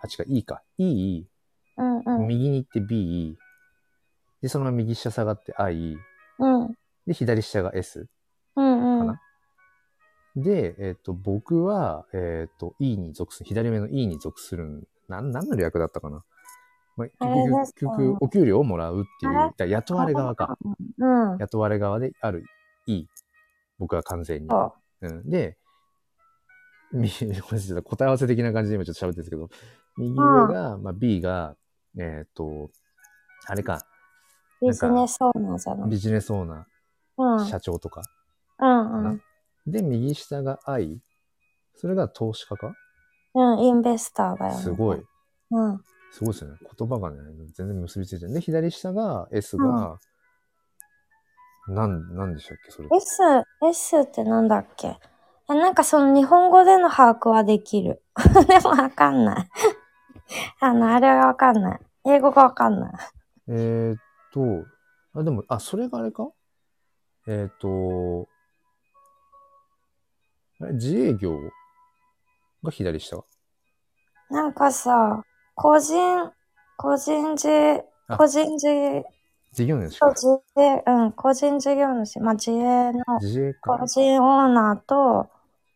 [SPEAKER 2] あ、違う、E か。E、
[SPEAKER 1] うんうん。
[SPEAKER 2] 右に行って B、で、そのまま右下下がって I、
[SPEAKER 1] うん
[SPEAKER 2] で、左下が S。
[SPEAKER 1] うんうん。
[SPEAKER 2] かなで、えっと、僕は、えっと、E に属する、左上の E に属するん、なん、何の略だったかな。まあ、
[SPEAKER 1] あれで
[SPEAKER 2] 結
[SPEAKER 1] すか
[SPEAKER 2] 局、結局お給料をもらうっていう、
[SPEAKER 1] あれ
[SPEAKER 2] だから雇われ側か。。
[SPEAKER 1] うん。
[SPEAKER 2] 雇われ側である E。僕は完全に。
[SPEAKER 1] そう
[SPEAKER 2] うん、で、み これちょっと答え合わせ的な感じで今ちょっと喋ってるんですけど、右上が、まあ、B が、えっ、と、あれか、
[SPEAKER 1] ビジネスオーナーじゃない。
[SPEAKER 2] ビジネスオーナ
[SPEAKER 1] うん。
[SPEAKER 2] ー、社長とか。
[SPEAKER 1] うんうん。
[SPEAKER 2] で、右下が I。それが投資家か
[SPEAKER 1] うん、インベスターだよね。
[SPEAKER 2] すごい。。
[SPEAKER 1] うん。
[SPEAKER 2] すごいですよね。言葉がね、全然結びついてない。で、左下が S
[SPEAKER 1] う
[SPEAKER 2] が、なん、なんでしたっけ、それ。
[SPEAKER 1] S、S ってなんだっけあなんかその日本語での把握はできる。 でもわかんない。あの、あれはわかんない。英語がわかんない。
[SPEAKER 2] えーっと、あ、でも、あ、それがあれかえーっと、あれ自営業が左下
[SPEAKER 1] なんかさ、個人、個人事、
[SPEAKER 2] あ
[SPEAKER 1] 個人事
[SPEAKER 2] 事業主
[SPEAKER 1] 業
[SPEAKER 2] か。
[SPEAKER 1] 主で、うん、個人事業主、まあ自営の
[SPEAKER 2] 自営か
[SPEAKER 1] 個。人オーナーと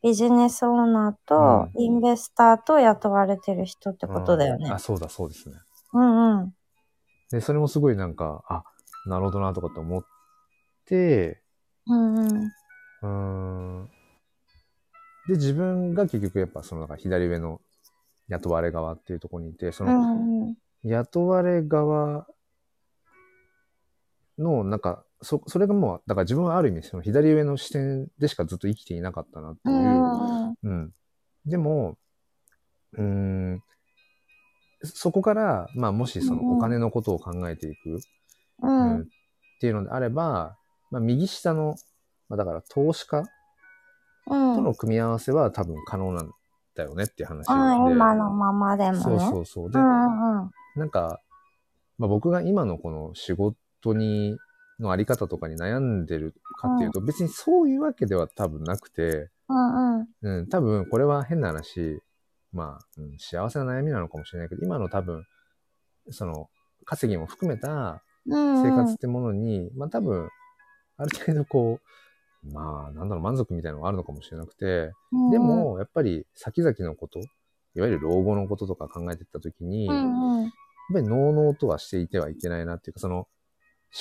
[SPEAKER 1] ビジネスオーナーとインベスターと雇われてる人ってことだよ
[SPEAKER 2] うん
[SPEAKER 1] ね
[SPEAKER 2] あ、。そうだ、そうですね。
[SPEAKER 1] うんうん。
[SPEAKER 2] で、それもすごいなんか、あ、なるほどなとかと思って、
[SPEAKER 1] うんうん。
[SPEAKER 2] うーん。で、自分が結局やっぱその、なんか左上の雇われ側っていうところにいて、そうの、
[SPEAKER 1] んうん。
[SPEAKER 2] 雇われ側の、なんか、そ、それがもう、だから自分はある意味、その左上の視点でしかずっと生きていなかったなって
[SPEAKER 1] う
[SPEAKER 2] い
[SPEAKER 1] ん
[SPEAKER 2] う。
[SPEAKER 1] うんうん。
[SPEAKER 2] うん。でも、うーん、そこから、まあ、もしそ
[SPEAKER 1] うんう
[SPEAKER 2] の
[SPEAKER 1] ん
[SPEAKER 2] お金のことを考えていく、
[SPEAKER 1] う
[SPEAKER 2] うん
[SPEAKER 1] ん
[SPEAKER 2] っ。ていうのであれば、まあ、右下の、まあ、だから投資家
[SPEAKER 1] うん
[SPEAKER 2] との組み合わせは多分可能なんだよねっていう話で。
[SPEAKER 1] うん、今のままでもね。
[SPEAKER 2] そうそうそう。で、
[SPEAKER 1] うんうん
[SPEAKER 2] なんか、まあ、僕が今のこの仕事に、のあり方とかに悩んでるかっていうと、別にそういうわけでは多分なくて、
[SPEAKER 1] うんうん
[SPEAKER 2] うん、多分これは変な話、まあ、うん、幸せな悩みなのかもしれないけど、今の多分、その、稼ぎも含めた
[SPEAKER 1] うんう
[SPEAKER 2] 生
[SPEAKER 1] ん
[SPEAKER 2] 活ってものに、まあ多分、ある程度こう、まあ、なんだろう、満足みたいなのがあるのかもしれなくて、で、も、やっぱり先々のこと、いわゆる老後のこととか考えてったときに、
[SPEAKER 1] うんうん
[SPEAKER 2] やっぱり能々とはしていてはいけないなっていうか、その思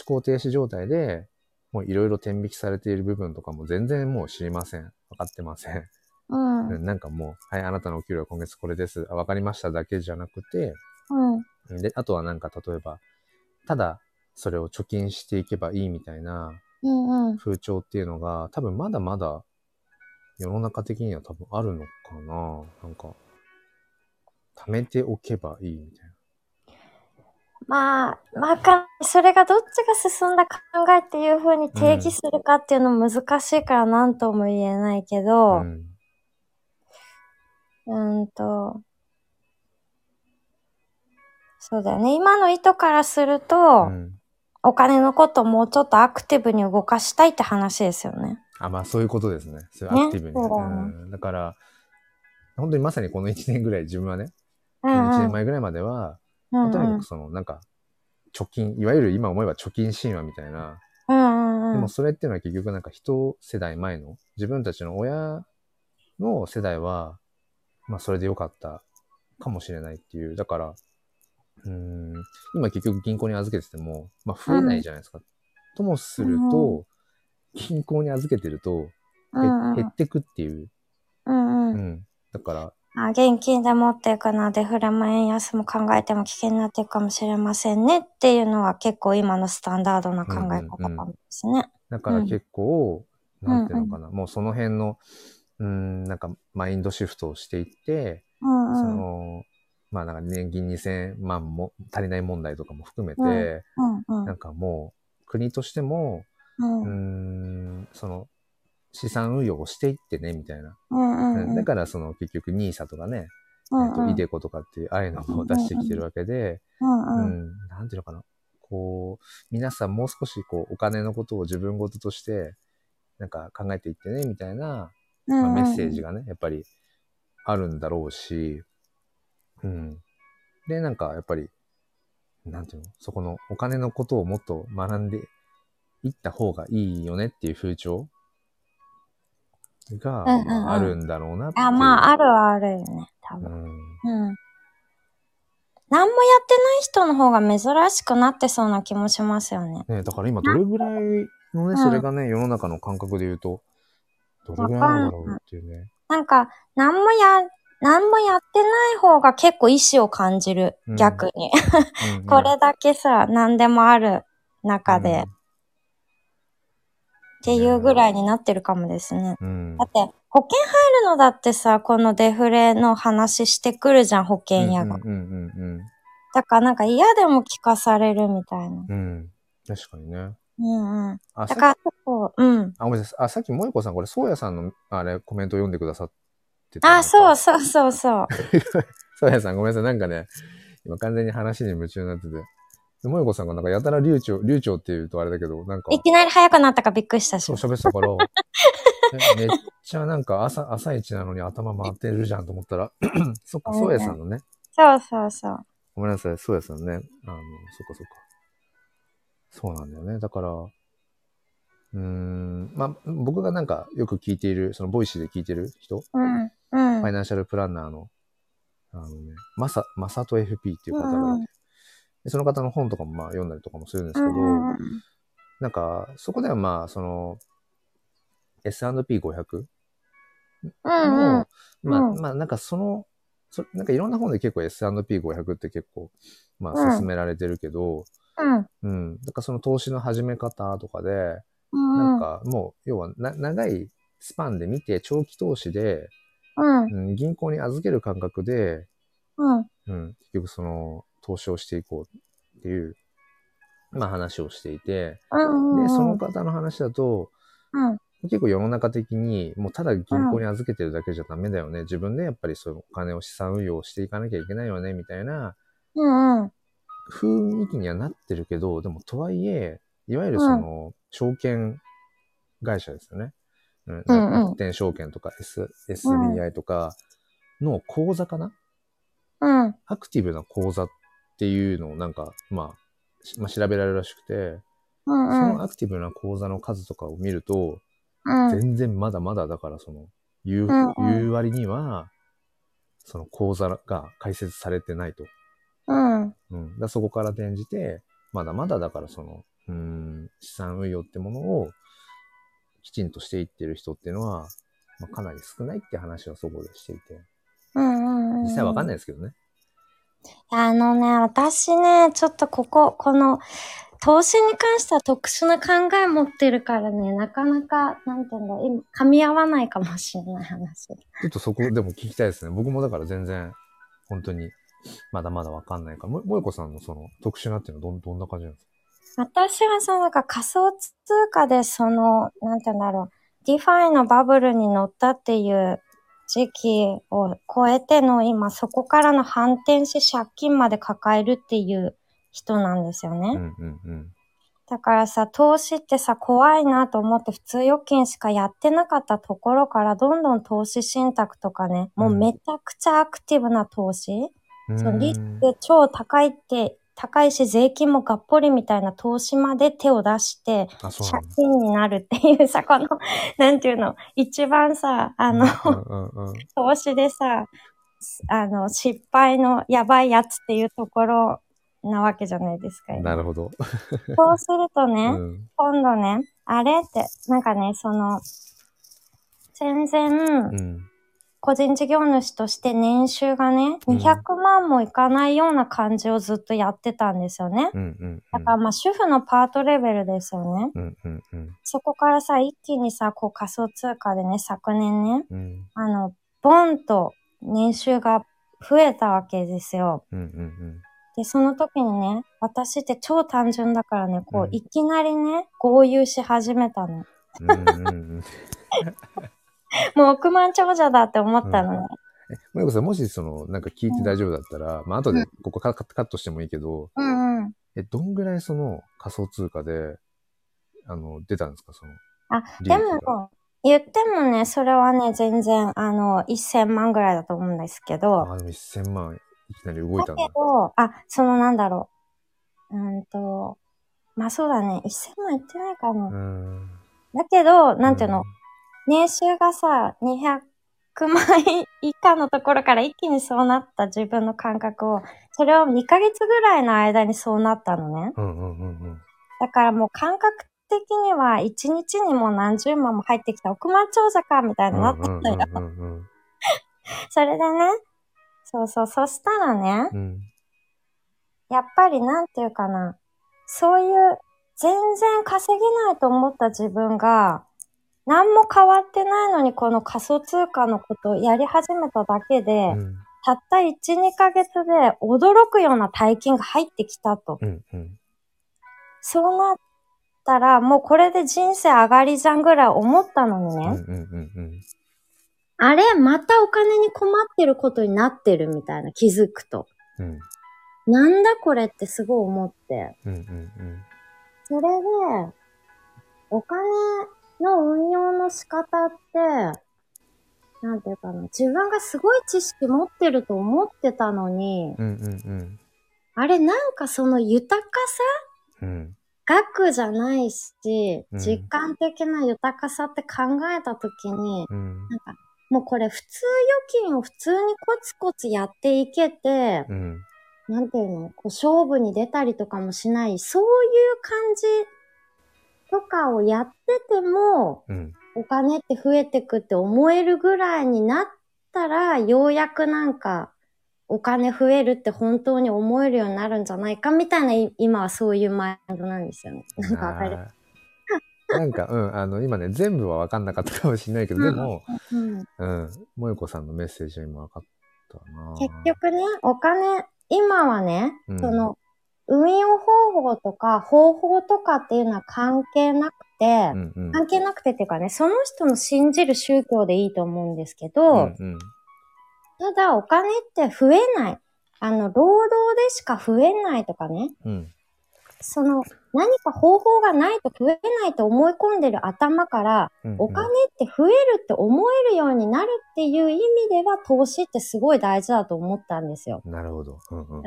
[SPEAKER 2] 考停止状態で、もういろいろ天引きされている部分とかも全然もう知りません。分かってません。
[SPEAKER 1] うんうん
[SPEAKER 2] なんかもう、はい、あなたのお給料は今月これです。あ、分かりましただけじゃなくて、
[SPEAKER 1] うん
[SPEAKER 2] で、あとはなんか例えば、ただそれを貯金していけばいいみたいな
[SPEAKER 1] うんうん
[SPEAKER 2] 風潮っていうのが、多分まだまだ世の中的には多分あるのかな。なんか、貯めておけばいいみたいな。
[SPEAKER 1] まあ、まあか、それがどっちが進んだ考えっていう風に定義するかっていうの難しいから何とも言えないけど、
[SPEAKER 2] ん。
[SPEAKER 1] うん、んと、そうだよね。今の意図からすると、
[SPEAKER 2] うん
[SPEAKER 1] お金のことをもうちょっとアクティブに動かしたいって話ですよね。
[SPEAKER 2] あ、まあそういうことですね。そういう
[SPEAKER 1] ね
[SPEAKER 2] アクティブに。
[SPEAKER 1] そうだよね
[SPEAKER 2] うんだから、本当にまさにこの1年ぐらい、自分はね、
[SPEAKER 1] う
[SPEAKER 2] この1
[SPEAKER 1] んうん
[SPEAKER 2] 年。前ぐらいまでは、
[SPEAKER 1] うん
[SPEAKER 2] とに
[SPEAKER 1] う
[SPEAKER 2] か
[SPEAKER 1] ん
[SPEAKER 2] くその、なんか、貯金、いわゆる今思えば貯金神話みたいな、
[SPEAKER 1] うんうん
[SPEAKER 2] でもそれっていうのは結局なんか一世代前の、自分たちの親の世代は、まあそれで良かったかもしれないっていう。だから、うーん、今結局銀行に預けてても、まあ増えないじゃないですか。ともすると、銀行に預けてると、へ
[SPEAKER 1] うん
[SPEAKER 2] 減ってくっていう。
[SPEAKER 1] うん
[SPEAKER 2] う
[SPEAKER 1] うん
[SPEAKER 2] ん。だから、
[SPEAKER 1] あ現金で持っていくのでデフレも円安も考えても危険になっていくかもしれませんねっていうのは結構今のスタンダードな考え方かもですね。
[SPEAKER 2] だから
[SPEAKER 1] うん
[SPEAKER 2] 結構、
[SPEAKER 1] ん
[SPEAKER 2] なんていうのかな、もうその辺の、うーん、なんかマインドシフトをしていって、
[SPEAKER 1] うんう
[SPEAKER 2] そ
[SPEAKER 1] んうん
[SPEAKER 2] の、まあなんか年金2000万も足りない問題とかも含めて、
[SPEAKER 1] うん
[SPEAKER 2] なんかもう国としても、うー
[SPEAKER 1] うん
[SPEAKER 2] ん、その資産運用をしていってね、みたいな。
[SPEAKER 1] うんう
[SPEAKER 2] うん
[SPEAKER 1] ん
[SPEAKER 2] だからその結局 NISA とかね、
[SPEAKER 1] うん
[SPEAKER 2] えっと、イデコとかっていうああいうのも出してきてるわけで、
[SPEAKER 1] うん
[SPEAKER 2] う
[SPEAKER 1] うん
[SPEAKER 2] ん、なんていうのかな。こう、皆さんもう少しこう、お金のことを自分事として、なんか考えていってね、みたいな、
[SPEAKER 1] うん
[SPEAKER 2] まあ、
[SPEAKER 1] うん
[SPEAKER 2] メッセージがね、やっぱりあるんだろうし、うん。で、なんかやっぱり、なんていうの、そこのお金のことをもっと学んでいった方がいいよねっていう風潮が、
[SPEAKER 1] うんうんうん
[SPEAKER 2] まああるんだろうなっていう。
[SPEAKER 1] あまああるはあるよね多
[SPEAKER 2] う
[SPEAKER 1] 分。
[SPEAKER 2] ん。
[SPEAKER 1] うん何もやってない人の方が珍しくなってそうな気もしますよね。
[SPEAKER 2] ね、だから今どれぐらいのね、それがね、世の中の感覚で言うと、どれぐらいなんだろうっていうね。
[SPEAKER 1] なんか、何もや、何もやってない方が結構意志を感じる
[SPEAKER 2] うん。
[SPEAKER 1] 逆に。
[SPEAKER 2] うんう ん
[SPEAKER 1] これだけさ、何でもある中で、っ、ていうぐらいになってるかもですね。
[SPEAKER 2] うん。
[SPEAKER 1] だって、保険入るのだってさ、このデフレの話してくるじゃん、保険屋が。
[SPEAKER 2] うんうんうん
[SPEAKER 1] だからなんか嫌でも聞かされるみたいな。
[SPEAKER 2] うん。うん。確かにね。
[SPEAKER 1] うんうん。
[SPEAKER 2] あ、
[SPEAKER 1] だ
[SPEAKER 2] さ
[SPEAKER 1] から結構、うん。
[SPEAKER 2] あ、ごめんなさい。あ、さっき萌子さん、これ、そうやさんの、あれ、コメント読んでくださってた。
[SPEAKER 1] あ、 そう。そうそうそう。
[SPEAKER 2] そうやさん、ごめんなさい。なんかね、今完全に話に夢中になってて。で萌子さんが、なんか、やたら流暢、流暢って言うとあれだけど、なんか、
[SPEAKER 1] いきなり早くなったからびっくりしたし
[SPEAKER 2] そう。喋ってたから、えめっちゃなんか朝、朝一なのに頭回ってるじゃんと思ったら、 そっか、そうやさんのね。
[SPEAKER 1] そうそうそう。
[SPEAKER 2] ごめんなさい、そうやさんね。あの、そっかそっか。そうなんだよね。だから、うーん、まあ、僕がなんかよく聞いている、そのボイシーで聞いてる人、
[SPEAKER 1] うん。うん。
[SPEAKER 2] ファイナンシャルプランナーの、あのね、マサ、マサト FP っていう方
[SPEAKER 1] う
[SPEAKER 2] が
[SPEAKER 1] んうん
[SPEAKER 2] いて、でその方の本とかもまあ読んだりとかもするんです
[SPEAKER 1] う
[SPEAKER 2] け
[SPEAKER 1] ん
[SPEAKER 2] ど、
[SPEAKER 1] うんうん
[SPEAKER 2] なんか、そこではまあ、その、
[SPEAKER 1] う
[SPEAKER 2] S&P500
[SPEAKER 1] んうん
[SPEAKER 2] の、まあ、
[SPEAKER 1] うん
[SPEAKER 2] まあ、なんかその、そなんかいろんな本で結構 S&P500 って結構、ま
[SPEAKER 1] う
[SPEAKER 2] あ、
[SPEAKER 1] ん
[SPEAKER 2] 勧められてるけど、
[SPEAKER 1] うん
[SPEAKER 2] うん。だからその投資の始め方とかで、
[SPEAKER 1] うん
[SPEAKER 2] なんかもう、要はな長いスパンで見て、長期投資で、
[SPEAKER 1] うん
[SPEAKER 2] うん、銀行に預ける感覚で、
[SPEAKER 1] うん
[SPEAKER 2] うん、結局その投資をしていこうっていう、まあ話をしていて、
[SPEAKER 1] うん
[SPEAKER 2] で、その方の話だと、
[SPEAKER 1] うん
[SPEAKER 2] 結構世の中的に、もうただ銀行に預けてるだけじゃダメだよね。自分でやっぱりそういうお金を資産運用していかなきゃいけないよね、みたいな
[SPEAKER 1] うんうん
[SPEAKER 2] 雰囲気にはなってるけど、でもとはいえ、いわゆるその、証券会社ですよね。うん
[SPEAKER 1] うんうん
[SPEAKER 2] 楽天証券とか S、SBI とかの口座かな、
[SPEAKER 1] うん
[SPEAKER 2] アクティブな口座っていうのをなんか、まあ、しまあ、調べられるらしくて、
[SPEAKER 1] うん
[SPEAKER 2] そ
[SPEAKER 1] うん
[SPEAKER 2] のアクティブな口座の数とかを見ると、
[SPEAKER 1] うん
[SPEAKER 2] 全然まだまだだからその、言う、
[SPEAKER 1] うんうん
[SPEAKER 2] 言う割には、その口座が開設されてないと。
[SPEAKER 1] うん
[SPEAKER 2] うん、だからそこから転じて、まだまだだからその、うーん、資産運用ってものをきちんとしていってる人っていうのは、まあ、かなり少ないって話はそこでしていて、
[SPEAKER 1] うんうん
[SPEAKER 2] 実際わか
[SPEAKER 1] ない。
[SPEAKER 2] んないですけどね。
[SPEAKER 1] あのね、私ね、ちょっとここ、この、投資に関しては特殊な考え持ってるからね、なかなか、なんていうんだ、今、噛み合わないかもしれない話。
[SPEAKER 2] ちょっとそこでも聞きたいですね。僕もだから全然、本当に、まだまだわかんないから。も、もえこさんのその特殊なっていうのはどん、どんな感じなんですか
[SPEAKER 1] 私はそのなんか仮想通貨でその、なんて言うんだろう、DeFi のバブルに乗ったっていう時期を超えての今そこからの反転し借金まで抱えるっていう人なんですよね。
[SPEAKER 2] うんうんうん。
[SPEAKER 1] だからさ、投資ってさ、怖いなと思って普通預金しかやってなかったところからどんどん投資信託とかね、もうめちゃくちゃアクティブな投資、
[SPEAKER 2] うーん
[SPEAKER 1] そのリスク超高いって高いし、税金もがっぽりみたいな投資まで手を出して、
[SPEAKER 2] あ、そうな
[SPEAKER 1] 借
[SPEAKER 2] んだ。
[SPEAKER 1] 金になるっていう さ、この、なんていうの、一番さ、あの、
[SPEAKER 2] うんうんうんうん
[SPEAKER 1] 投資でさ、あの、失敗のやばいやつっていうところなわけじゃないですか。
[SPEAKER 2] なるほど。
[SPEAKER 1] そうするとね、
[SPEAKER 2] うん。
[SPEAKER 1] 今度ね、あれって、なんかね、その、全然
[SPEAKER 2] う、ん。
[SPEAKER 1] 個人事業主として年収がね、
[SPEAKER 2] うん
[SPEAKER 1] 200万もいかないような感じをずっとやってたんですよね。
[SPEAKER 2] うんうん
[SPEAKER 1] だからまあ主婦のパートレベルですよね。
[SPEAKER 2] うん。うんうんうん
[SPEAKER 1] そこからさ、一気にさ、こう仮想通貨でね、昨年ね、
[SPEAKER 2] うん。
[SPEAKER 1] あの、ボンと年収が増えたわけですよ。
[SPEAKER 2] うんうん
[SPEAKER 1] で、その時にね、私って超単純だからね、こ
[SPEAKER 2] う
[SPEAKER 1] うんいきなりね、豪遊し始めたの。
[SPEAKER 2] うん。うんうんうん。
[SPEAKER 1] もう億万長者だって思ったのね。
[SPEAKER 2] もゆこさん、もしその、なんか聞いて大丈夫だったら、まあ後でここカカカットしてもいいけど、
[SPEAKER 1] うんうん。
[SPEAKER 2] え、どんぐらいその仮想通貨で、あの、出たんですかその。
[SPEAKER 1] あ、
[SPEAKER 2] 利
[SPEAKER 1] で
[SPEAKER 2] 益が
[SPEAKER 1] も、言ってもね、それはね、全然、あの、1000万ぐらいだと思うんですけど、
[SPEAKER 2] あ、でも1000万いきなり動い
[SPEAKER 1] だ
[SPEAKER 2] た
[SPEAKER 1] け
[SPEAKER 2] んだ。
[SPEAKER 1] ど、あ、そのなんだろう。うーんと、まあそうだね、1000万いってないか
[SPEAKER 2] う
[SPEAKER 1] も。
[SPEAKER 2] ん。
[SPEAKER 1] だけど、なんていうの、年収がさ、200万 以下のところから一気にそうなった自分の感覚を、それを2ヶ月ぐらいの間にそうなったのね。
[SPEAKER 2] うんうんうんうん。
[SPEAKER 1] だからもう感覚的には一日にもう何十万も入ってきた億万長者かみたいになったんだよ。
[SPEAKER 2] うんうんうん
[SPEAKER 1] それでね、そうそう、そしたらね
[SPEAKER 2] う、ん。
[SPEAKER 1] やっぱりなんていうかな、そういう全然稼げないと思った自分が、何も変わってないのにこの仮想通貨のことをやり始めただけで、
[SPEAKER 2] うん
[SPEAKER 1] たった1、2ヶ月で驚くような大金が入ってきたと。
[SPEAKER 2] うんうん。
[SPEAKER 1] そうなったら、もうこれで人生上がりじゃんぐらい思ったのにね、
[SPEAKER 2] うんうんうんうん。
[SPEAKER 1] あれ、またお金に困ってることになってるみたいな気づくと。
[SPEAKER 2] うん
[SPEAKER 1] なんだこれってすごい思って。
[SPEAKER 2] うんうん
[SPEAKER 1] それで、お金の運用の仕方って、なんていうかな、自分がすごい知識持ってると思ってたのに、
[SPEAKER 2] うん。うんうん
[SPEAKER 1] あれなんかその豊か
[SPEAKER 2] うん。う
[SPEAKER 1] さ
[SPEAKER 2] ん
[SPEAKER 1] 額じゃないし、
[SPEAKER 2] うん
[SPEAKER 1] 実感的な豊かさって考えたときに、
[SPEAKER 2] うん
[SPEAKER 1] なんか、もうこれ普通預金を普通にコツコツやっていけて、
[SPEAKER 2] うん。
[SPEAKER 1] なんていうのこう勝負に出たりとかもしない、そういう感じとかをやってても、
[SPEAKER 2] うん。
[SPEAKER 1] お金って増えてくって思えるぐらいになったら、ようやくなんか、お金増えるって本当に思えるようになるんじゃないかみたいない、今はそういうマインドなんですよね。なんかわかる。
[SPEAKER 2] なあなんか、うん、あの、今ね、全部は分かんなかったかもしれないけど、でも、
[SPEAKER 1] うん、
[SPEAKER 2] うん、もゆこさんのメッセージは今分かったな
[SPEAKER 1] 結局ね、お金、今はね、
[SPEAKER 2] うん
[SPEAKER 1] その、運用方法とか方法とかっていうのは関係なくて、
[SPEAKER 2] うんうん。
[SPEAKER 1] 関係なくてっていうかね、その人の信じる宗教でいいと思うんですけ
[SPEAKER 2] う
[SPEAKER 1] ど、
[SPEAKER 2] んうん。
[SPEAKER 1] ただお金って増えない。あの、労働でしか増えないとかね、
[SPEAKER 2] うん。
[SPEAKER 1] その、何か方法がないと増えないと思い込んでる頭から、
[SPEAKER 2] うん
[SPEAKER 1] お金って増えるって思えるようになるっていう意味では、投資ってすごい大事だと思ったんですよ。
[SPEAKER 2] なるほど。うんうん。
[SPEAKER 1] うん。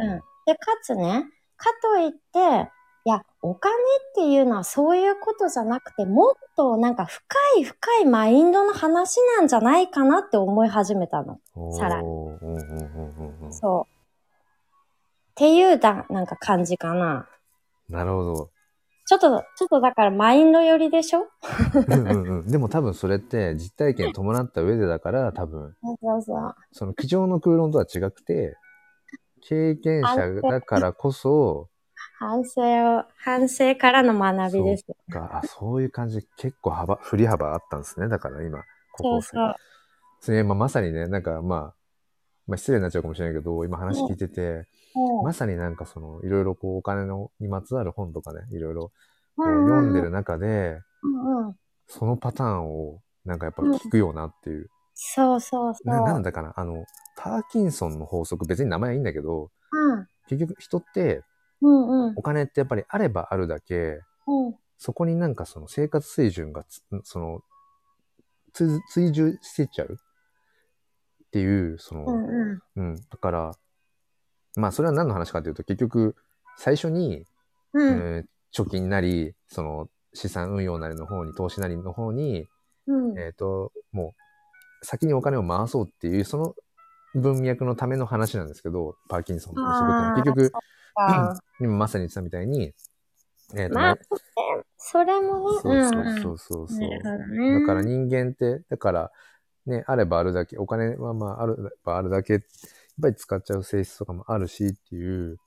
[SPEAKER 1] で、かつね、かといって、いや、お金っていうのはそういうことじゃなくて、もっとなんか深い深いマインドの話なんじゃないかなって思い始めたの。
[SPEAKER 2] おー
[SPEAKER 1] さらに
[SPEAKER 2] うんうんうんうんうん。
[SPEAKER 1] そう。っていうだ、なんか感じかな。
[SPEAKER 2] なる ほど。
[SPEAKER 1] ちょっと、ちょっとだからマインド寄りでしょ
[SPEAKER 2] うんうんうん。でも多分それって実体験を伴った上でだから、多分、
[SPEAKER 1] そうそうそう。
[SPEAKER 2] その机上の空論とは違くて、経験者だからこそ、
[SPEAKER 1] 反省を、反省からの学びです。
[SPEAKER 2] があそういう感じ、結構幅、振り幅あったんですね。だから今、
[SPEAKER 1] そ
[SPEAKER 2] ここ
[SPEAKER 1] うそう。
[SPEAKER 2] それまあ、まさにね、なんかまあ、まあ失礼になっちゃうかもしれないけど、今話聞いてて、
[SPEAKER 1] うん
[SPEAKER 2] まさになんかその、いろいろこうお金のにまつわる本とかね、いろいろこう
[SPEAKER 1] うう
[SPEAKER 2] 読んでる中で、
[SPEAKER 1] うんうん。
[SPEAKER 2] そのパターンをなんかやっぱ聞くようなっていう。
[SPEAKER 1] そうそうそう。
[SPEAKER 2] ななんだかなあの、パーキンソンの法則、別に名前はいいんだけど、結局人って
[SPEAKER 1] うん。うんうん。
[SPEAKER 2] お金ってやっぱりあればあるだけ、
[SPEAKER 1] うん。
[SPEAKER 2] そこになんかその生活水準がつ、その、つ追従してっちゃうっていう、その、
[SPEAKER 1] うんうん。
[SPEAKER 2] うん。だから、まあ、それは何の話かというと、結局、最初に、
[SPEAKER 1] う。
[SPEAKER 2] うんん貯金なり、その資産運用なりの方に、投資なりの方に、
[SPEAKER 1] うん。
[SPEAKER 2] えっ、と、もう、先にお金を回そうっていう、その文脈のための話なんですけど、パーキンソンの法則ってのは
[SPEAKER 1] あー
[SPEAKER 2] 結局、
[SPEAKER 1] ああ。
[SPEAKER 2] 今まさに言ってたみたいに、えっ、とね、
[SPEAKER 1] まあ、それもね。
[SPEAKER 2] そうそ
[SPEAKER 1] んん
[SPEAKER 2] うそうそうそう、
[SPEAKER 1] なるほどね。
[SPEAKER 2] だから人間って、だから、ね、あればあるだけ、お金はまああるばあるだけ、やっぱり使っちゃう性質とかもあるしっていう、で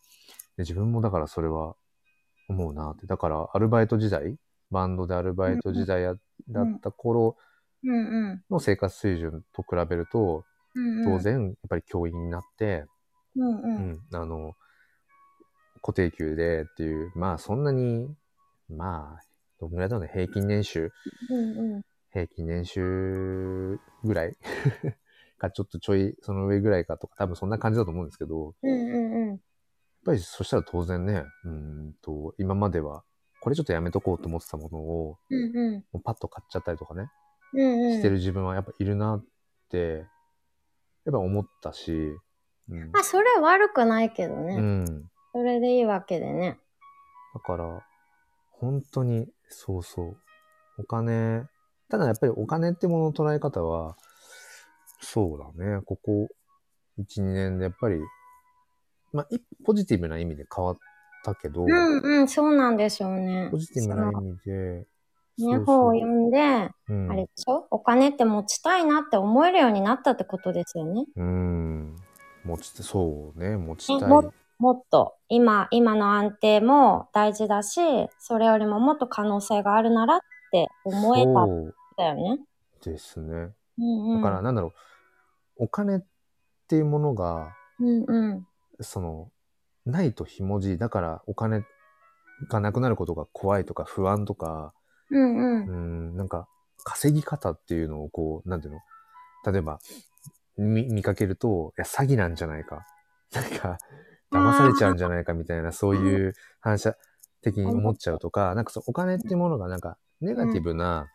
[SPEAKER 2] 自分もだからそれは思うなって。だからアルバイト時代、バンドでアルバイト時代や、だった頃
[SPEAKER 1] うんうん。
[SPEAKER 2] の生活水準と比べると、
[SPEAKER 1] うんうん
[SPEAKER 2] 当。然やっぱり教員になって、
[SPEAKER 1] うんう。
[SPEAKER 2] うんん、あの、固定給でっていう、まあそんなに、まあ、どんぐらいだろうね、平均年収
[SPEAKER 1] うんうん。
[SPEAKER 2] 平均年収ぐらい か、ちょっとちょい、その上ぐらいかとか、多分そんな感じだと思うんですけど、やっ
[SPEAKER 1] うんうんうん。
[SPEAKER 2] ぱりそしたら当然ね、うーんと、今までは、これちょっとやめとこうと思ってたものを、
[SPEAKER 1] うんうん。
[SPEAKER 2] もうパッと買っちゃったりとかね、
[SPEAKER 1] うんうん。
[SPEAKER 2] してる自分はやっぱいるなって、やっぱ思ったし、うん
[SPEAKER 1] ま。あ、それは悪くないけどね。
[SPEAKER 2] うん。
[SPEAKER 1] それでいいわけでね。
[SPEAKER 2] だから、本当に、そうそう。お金、ただやっぱりお金ってものの捉え方は、そうだね。ここ1、2年でやっぱり、まあ、いポジティブな意味で変わったけど、
[SPEAKER 1] うんうん、そうなんでしょうね。
[SPEAKER 2] ポジティブな意味で、
[SPEAKER 1] その
[SPEAKER 2] そう
[SPEAKER 1] ね、
[SPEAKER 2] そう
[SPEAKER 1] 本を読んで、
[SPEAKER 2] うん
[SPEAKER 1] あれでしょお金って持ちたいなって思えるようになったってことですよね。
[SPEAKER 2] うん。持ちた、そうね、持ちた
[SPEAKER 1] え
[SPEAKER 2] い。
[SPEAKER 1] ももっと、今、今の安定も大事だし、それよりももっと可能性があるならって思えたん
[SPEAKER 2] そう
[SPEAKER 1] だよね。
[SPEAKER 2] ですね。
[SPEAKER 1] うんうん。
[SPEAKER 2] だから、なんだろう、お金っていうものが、
[SPEAKER 1] うんうん。
[SPEAKER 2] その、ないとひもじい。だからお金がなくなることが怖いとか不安とか、
[SPEAKER 1] うんう。
[SPEAKER 2] うんん、なんか稼ぎ方っていうのをこう、なんていうの例えば、見、見かけると、いや、詐欺なんじゃないか。 なんか、騙されちゃうんじゃないかみたいな、そういう反射的に思っちゃうとか、なんかそう、お金ってものがなんか、ネガティブな、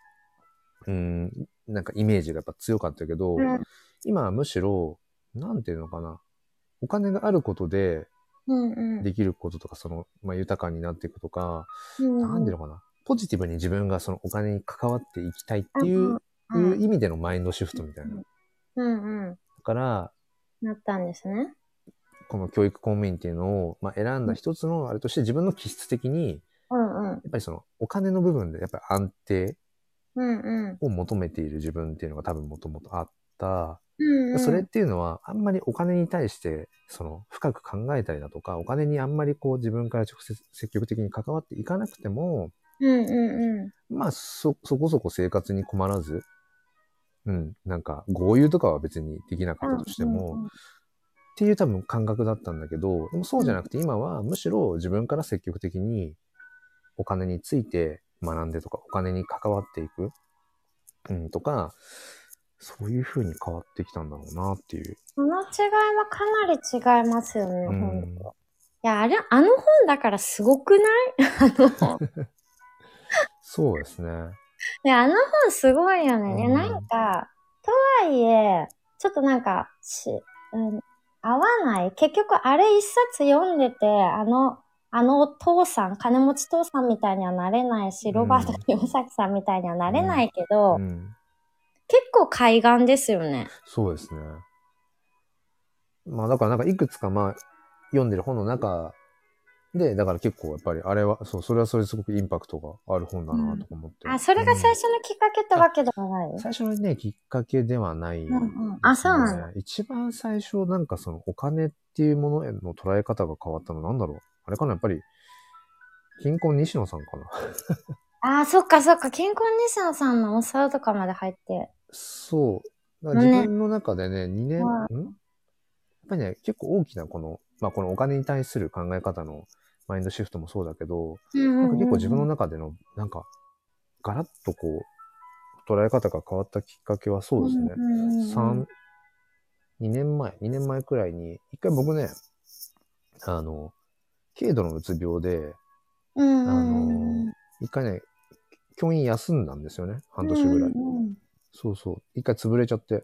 [SPEAKER 2] うん、なんかイメージがやっぱ強かったけど、
[SPEAKER 1] うん
[SPEAKER 2] 今はむしろ、なんていうのかな。お金があることで、
[SPEAKER 1] うんうん。
[SPEAKER 2] できることとか、その、まあ、豊かになっていくとか、
[SPEAKER 1] うん
[SPEAKER 2] なんていうのかな。ポジティブに自分がそのお金に関わっていきたいっていう、
[SPEAKER 1] うんう
[SPEAKER 2] い
[SPEAKER 1] ん
[SPEAKER 2] う意味でのマインドシフトみたいな。
[SPEAKER 1] うん
[SPEAKER 2] だ
[SPEAKER 1] うんうん。
[SPEAKER 2] から、
[SPEAKER 1] なったんですね。
[SPEAKER 2] この教育公務員っていうのを、まあ、選んだ一つのあれとして自分の気質的に、
[SPEAKER 1] うんうん。
[SPEAKER 2] やっぱりそのお金の部分でやっぱり安定
[SPEAKER 1] うんうん。
[SPEAKER 2] を求めている自分っていうのが多分もともとあった。
[SPEAKER 1] うんうん。
[SPEAKER 2] それっていうのはあんまりお金に対してその深く考えたりだとか、お金にあんまりこう自分から直接積極的に関わっていかなくても、
[SPEAKER 1] うんうんうん。
[SPEAKER 2] まあ、そ、そこそこ生活に困らず、うん、なんか、豪遊とかは別にできなかったとしても、
[SPEAKER 1] うんうんうん
[SPEAKER 2] っていう多分感覚だったんだけど、でもそうじゃなくて今はむしろ自分から積極的にお金について学んでとか、お金に関わっていく、うん、とか、そういう風に変わってきたんだろうなっていう。
[SPEAKER 1] その違いはかなり違いますよね、
[SPEAKER 2] う
[SPEAKER 1] 本
[SPEAKER 2] ん
[SPEAKER 1] 当。いや、あれ、あの本だからすごくない あの本。
[SPEAKER 2] そうですね。
[SPEAKER 1] いや、あの本すごいよね。で
[SPEAKER 2] うん
[SPEAKER 1] なんか、とはいえ、ちょっとなんか、し、うん、合わない。結局、あれ一冊読んでて、あの、あのお父さん、金持ち父さんみたいにはなれないし、ロバート
[SPEAKER 2] うん
[SPEAKER 1] 清崎さんみたいにはなれないけど、
[SPEAKER 2] うん。
[SPEAKER 1] 結構海岸ですよね。
[SPEAKER 2] そうですね。まあだからなんかいくつかまあ読んでる本の中で、だから結構やっぱりあれは、そう、それはそれですごくインパクトがある本だなとか思って。
[SPEAKER 1] あ、それが最
[SPEAKER 2] 初、
[SPEAKER 1] 初のきっかけってわけではない。
[SPEAKER 2] 最初のね、きっかけではない、
[SPEAKER 1] うんうん。あ、そうなんだ。
[SPEAKER 2] ね一番最初なんかそのお金っていうものへの捉え方が変わったのなんだろう。あれかなやっぱり、貧困西野さんかな。
[SPEAKER 1] ああ、そっかそっか。健康西野さんのお皿とかまで入って。
[SPEAKER 2] そう。だから
[SPEAKER 1] ね
[SPEAKER 2] 自分の中でね、2年、ん
[SPEAKER 1] は
[SPEAKER 2] やっぱりね、結構大きなこの、まあこのお金に対する考え方のマインドシフトもそうだけど、
[SPEAKER 1] うん
[SPEAKER 2] なんか結構自分の中での、なんか、ガラッとこう、捉え方が変わったきっかけはそうですね。3、2年前、2年前くらいに、一回僕ね、あの、軽度のうつ病で、
[SPEAKER 1] うん
[SPEAKER 2] あの、一回ね、教員休んだんですよね。半年ぐらい。そうそう。一回潰れちゃって。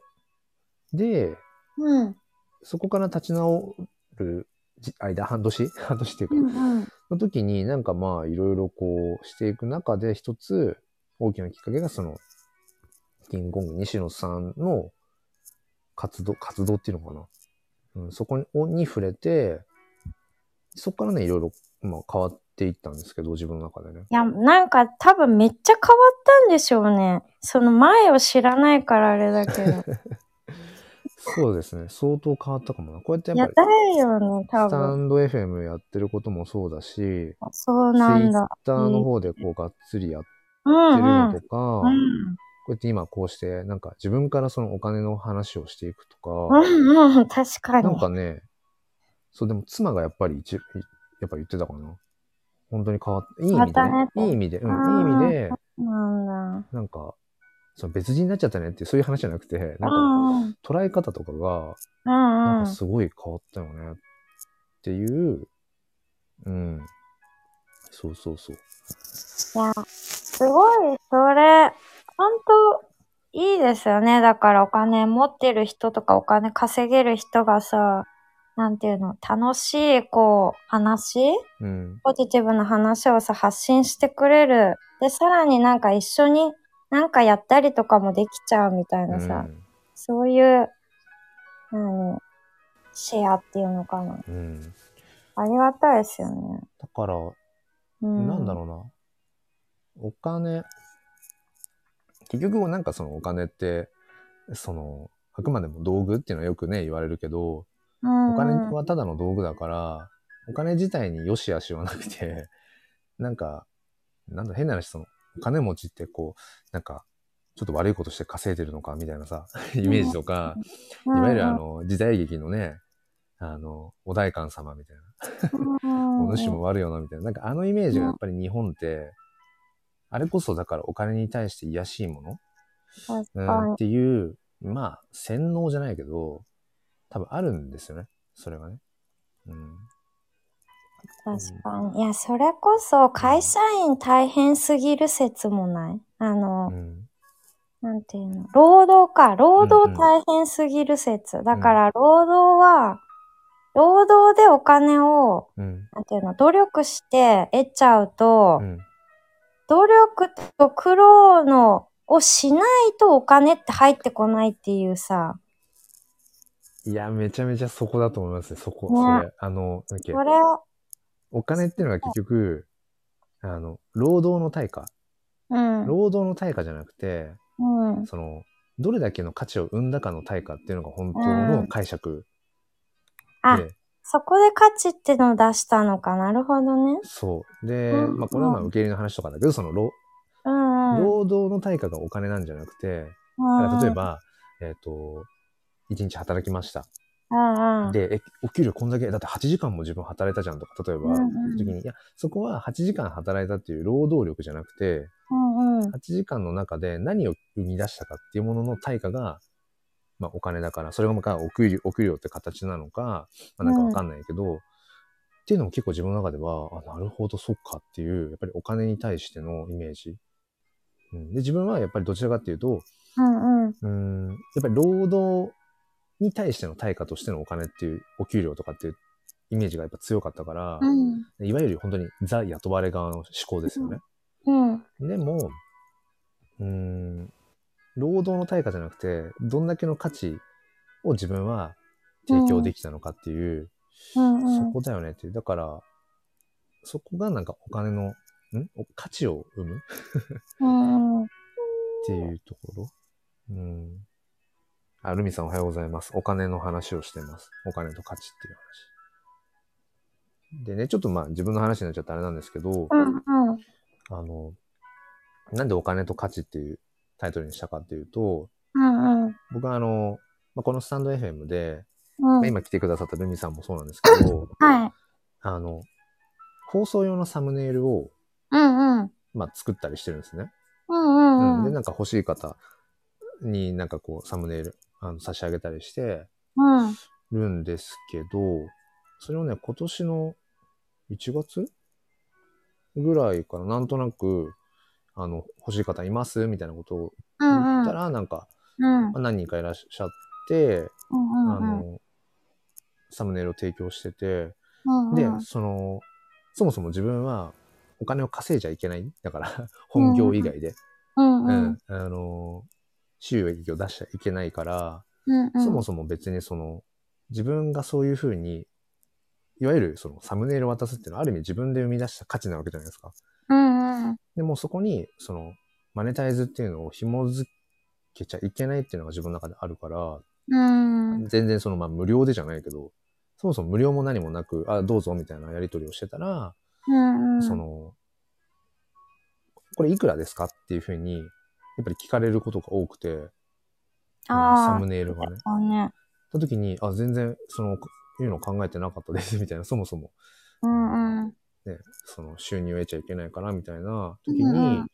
[SPEAKER 2] で、
[SPEAKER 1] うん。
[SPEAKER 2] そこから立ち直るじ間、半年 半年っていうか、
[SPEAKER 1] うんうん。
[SPEAKER 2] の時になんかまあいろいろこうしていく中で一つ大きなきっかけがそのキングコング西野さんの活動、活動っていうのかな。うん、そこにに触れて、そこからね、いろいろ、まあ、変わっていったんですけど、自分の中でね。
[SPEAKER 1] いや、なんか多分めっちゃ変わったんでしょうね。その前を知らないからあれだけ ど。
[SPEAKER 2] そうですね。相当変わったかもな。こうやって
[SPEAKER 1] い
[SPEAKER 2] や
[SPEAKER 1] や
[SPEAKER 2] っ、ぱ
[SPEAKER 1] だ
[SPEAKER 2] り、
[SPEAKER 1] よね、多
[SPEAKER 2] スタ
[SPEAKER 1] 分。
[SPEAKER 2] ンド FM やってることもそうだし、
[SPEAKER 1] そう
[SPEAKER 2] ツイ
[SPEAKER 1] なん
[SPEAKER 2] ッ
[SPEAKER 1] だ。
[SPEAKER 2] ターの方でこうがっつりやって
[SPEAKER 1] うん
[SPEAKER 2] る
[SPEAKER 1] うん。
[SPEAKER 2] の
[SPEAKER 1] う
[SPEAKER 2] と
[SPEAKER 1] ん。
[SPEAKER 2] か、こうやって今こうして、なんか自分からそのお金の話をしていくとか、
[SPEAKER 1] うんうん、確かに
[SPEAKER 2] なん。かね、そうでも妻がやっぱり一、やっぱ言ってたかな。本当に変わった。いい意味で、
[SPEAKER 1] 変わ
[SPEAKER 2] ね
[SPEAKER 1] っ、たね
[SPEAKER 2] いい意味
[SPEAKER 1] あ
[SPEAKER 2] で、うん、いい
[SPEAKER 1] ー
[SPEAKER 2] 意味で、
[SPEAKER 1] なんだ。
[SPEAKER 2] なんか、その別人になっちゃったねっていうそういう話じゃなくて、
[SPEAKER 1] う
[SPEAKER 2] なんか
[SPEAKER 1] んうん。
[SPEAKER 2] 捉え方とかが、
[SPEAKER 1] う
[SPEAKER 2] なん
[SPEAKER 1] んう
[SPEAKER 2] か
[SPEAKER 1] ん。
[SPEAKER 2] すごい変わったよねっていう、うん。そうそうそう。
[SPEAKER 1] いや、すごい、それ、本当いいですよね。だからお金持ってる人とかお金稼げる人がさ、なんていうの、楽しい、こう、話
[SPEAKER 2] うん。
[SPEAKER 1] ポジティブな話をさ、発信してくれる。で、さらになんか一緒になんかやったりとかもできちゃうみたいなさ、そういう、何、シェアっていうのかな。
[SPEAKER 2] うん。うん、
[SPEAKER 1] ありがたいですよね。
[SPEAKER 2] だから、
[SPEAKER 1] うん、
[SPEAKER 2] なんだろうな。お金、結局なんかそのお金って、その、あくまでも道具っていうのはよくね、言われるけど、
[SPEAKER 1] う
[SPEAKER 2] お
[SPEAKER 1] ん。
[SPEAKER 2] 金はただの道具だから、お金自体に良し悪しはなくて、 なんか、なんだ、変な話、その、お金持ちってこう、なんか、ちょっと悪いことして稼いでるのか、みたいなさ、 イメージとか、い
[SPEAKER 1] うん
[SPEAKER 2] わゆるあ、の、時代劇のね、あの、お代官様みたいな。
[SPEAKER 1] うん
[SPEAKER 2] お主も悪いよな、みたいな。なんかあのイメージがやっぱり日本って、あれこそだからお金に対して癒しいもの、
[SPEAKER 1] 確
[SPEAKER 2] う
[SPEAKER 1] か
[SPEAKER 2] ん、っ
[SPEAKER 1] に。
[SPEAKER 2] ていう、まあ、洗脳じゃないけど、多分あるんですよね。それがね。うん。
[SPEAKER 1] 確かに。いや、それこそ会社員大変すぎる説もないあの、
[SPEAKER 2] うん。
[SPEAKER 1] なんていうの労働か。労働大変すぎる説。だから、労働は、労働でお金を、
[SPEAKER 2] うん。
[SPEAKER 1] なんていうの、努力して得ちゃうと、
[SPEAKER 2] うん。
[SPEAKER 1] 努力と苦労の、をしないとお金って入ってこないっていうさ、
[SPEAKER 2] いや、めちゃめちゃそこだと思いますね。そこ、
[SPEAKER 1] ね
[SPEAKER 2] それ。あの、なんだっけ
[SPEAKER 1] こ、れを、
[SPEAKER 2] お金っていうのが結局、あの、労働の対価。
[SPEAKER 1] うん。
[SPEAKER 2] 労働の対価じゃなくて、
[SPEAKER 1] うん。
[SPEAKER 2] その、どれだけの価値を生んだかの対価っていうのが本当の解釈
[SPEAKER 1] あ
[SPEAKER 2] で、
[SPEAKER 1] そこで価値ってのを出したのか。なるほどね。
[SPEAKER 2] そう。で、
[SPEAKER 1] うん
[SPEAKER 2] まあこれはまあ受け入れの話とかだけど、その労、
[SPEAKER 1] うんうん。
[SPEAKER 2] 労働の対価がお金なんじゃなくて、だか
[SPEAKER 1] う
[SPEAKER 2] ら
[SPEAKER 1] ん
[SPEAKER 2] 例え、ば、えっ、と、一日働きました。
[SPEAKER 1] うんうん。
[SPEAKER 2] で、え、お給料こんだけ、だって8時間も自分働いたじゃんとか、例えば、
[SPEAKER 1] うんうん
[SPEAKER 2] 時に、いや、そこは8時間働いたっていう労働力じゃなくて、
[SPEAKER 1] うんうん。
[SPEAKER 2] 8時間の中で何を生み出したかっていうものの対価が、まあ、お金だから、それがまあお給料お給料って形なのか、まあ、なんかわかんないけど、っていうのも結構自分の中では、あ、なるほど、そっかっていう、やっぱりお金に対してのイメージ。うん、で、自分はやっぱりどちらかっていうと、
[SPEAKER 1] うんうん。
[SPEAKER 2] うん、やっぱり労働に対しての対価としてのお金っていう、お給料とかっていうイメージがやっぱ強かったから、
[SPEAKER 1] うん。
[SPEAKER 2] いわゆる本当にザ雇われ側の思考ですよね。
[SPEAKER 1] うん。
[SPEAKER 2] でも、うーん、労働の対価じゃなくて、どんだけの価値を自分は提供できたのかっていう、
[SPEAKER 1] うんうん。
[SPEAKER 2] そこだよねっていう。だから、そこがなんかお金の、んお価値を生むっ
[SPEAKER 1] うんうん。
[SPEAKER 2] ていうところ。うん。あ、ルミさんおはようございます。お金の話をしてます。お金と価値っていう話。でね、ちょっとまあ自分の話になっちゃったあれなんですけど、
[SPEAKER 1] うんうん。
[SPEAKER 2] あの、なんでお金と価値っていうタイトルにしたかっていうと、
[SPEAKER 1] うんうん。
[SPEAKER 2] 僕はあの、まあ、このスタンド FM で、
[SPEAKER 1] う
[SPEAKER 2] まあ
[SPEAKER 1] ん。
[SPEAKER 2] 今来てくださったルミさんもそうなんですけど、
[SPEAKER 1] はい。
[SPEAKER 2] あの、放送用のサムネイルを、
[SPEAKER 1] うんうん。
[SPEAKER 2] まあ、作ったりしてるんですね。
[SPEAKER 1] う
[SPEAKER 2] うん
[SPEAKER 1] んうん
[SPEAKER 2] で、
[SPEAKER 1] うん。
[SPEAKER 2] なんか欲しい方になんかこう、サムネイル、あの、差し上げたりして
[SPEAKER 1] うん。
[SPEAKER 2] るんですけど、それをね、今年の1月ぐらいからなんとなく、あの、欲しい方いますみたいなことを
[SPEAKER 1] う
[SPEAKER 2] 言
[SPEAKER 1] んうん。うんうん。うん
[SPEAKER 2] ったら、なんか、
[SPEAKER 1] うん
[SPEAKER 2] まあ何人かいらっしゃって、
[SPEAKER 1] う
[SPEAKER 2] あ
[SPEAKER 1] ん。
[SPEAKER 2] の、サムネイルを提供してて、
[SPEAKER 1] うん
[SPEAKER 2] で
[SPEAKER 1] う、ん
[SPEAKER 2] その、そもそも自分はお金を稼いじゃいけない。だから、本業以外で。
[SPEAKER 1] うん
[SPEAKER 2] う
[SPEAKER 1] うんん。
[SPEAKER 2] あの、収益を出しちゃいけないから、
[SPEAKER 1] うんうん
[SPEAKER 2] そもそも別にその、自分がそういうふうに、いわゆるそのサムネイルを渡すっていうのはある意味自分で生み出した価値なわけじゃないですか。
[SPEAKER 1] うんうん
[SPEAKER 2] でもうそこに、その、マネタイズっていうのを紐づけちゃいけないっていうのが自分の中であるから、
[SPEAKER 1] うん
[SPEAKER 2] 全然その、まあ無料でじゃないけど、そもそも無料も何もなく、あ、どうぞみたいなやり取りをしてたら、
[SPEAKER 1] うんうん
[SPEAKER 2] その、これいくらですかっていうふうに、やっぱり聞かれることが多くて、サ
[SPEAKER 1] あ
[SPEAKER 2] ムネイルがね。
[SPEAKER 1] あ、ね。
[SPEAKER 2] た時に、あ、全然、その、いうのを考えてなかったです、み たいな、そもそも、
[SPEAKER 1] うんうん。
[SPEAKER 2] ね、その、収入を得ちゃいけないから、みたいな時に、
[SPEAKER 1] うんうん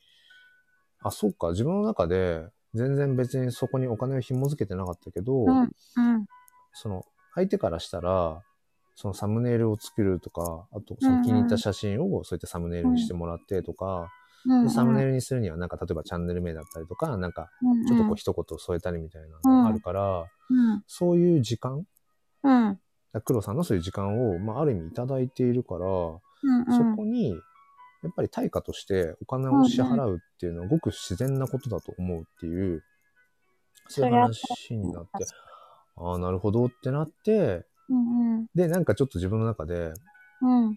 [SPEAKER 2] あ、そっか、自分の中で、全然別にそこにお金を紐づけてなかったけど、
[SPEAKER 1] うんうん
[SPEAKER 2] その、相手からしたら、そのサムネイルを作るとか、あと、その気に入った写真をそういったサムネイルにしてもらってとか、
[SPEAKER 1] うんうん。
[SPEAKER 2] でサムネイルにするには、なんか、例えばチャンネル名だったりとか、なんか、ちょっとこう、一言添えたりみたいなのがあるから、
[SPEAKER 1] うん
[SPEAKER 2] そういう時間
[SPEAKER 1] うん。
[SPEAKER 2] 黒さんのそういう時間を、まあ、ある意味いただいているか
[SPEAKER 1] う
[SPEAKER 2] ら、
[SPEAKER 1] んうん。
[SPEAKER 2] そこに、やっぱり対価としてお金を支払うっていうのはごく自然なことだと思うっていう、そういう話になって、ああ、なるほどってなって、
[SPEAKER 1] うんうん。
[SPEAKER 2] で、なんかちょっと自分の中で、
[SPEAKER 1] うん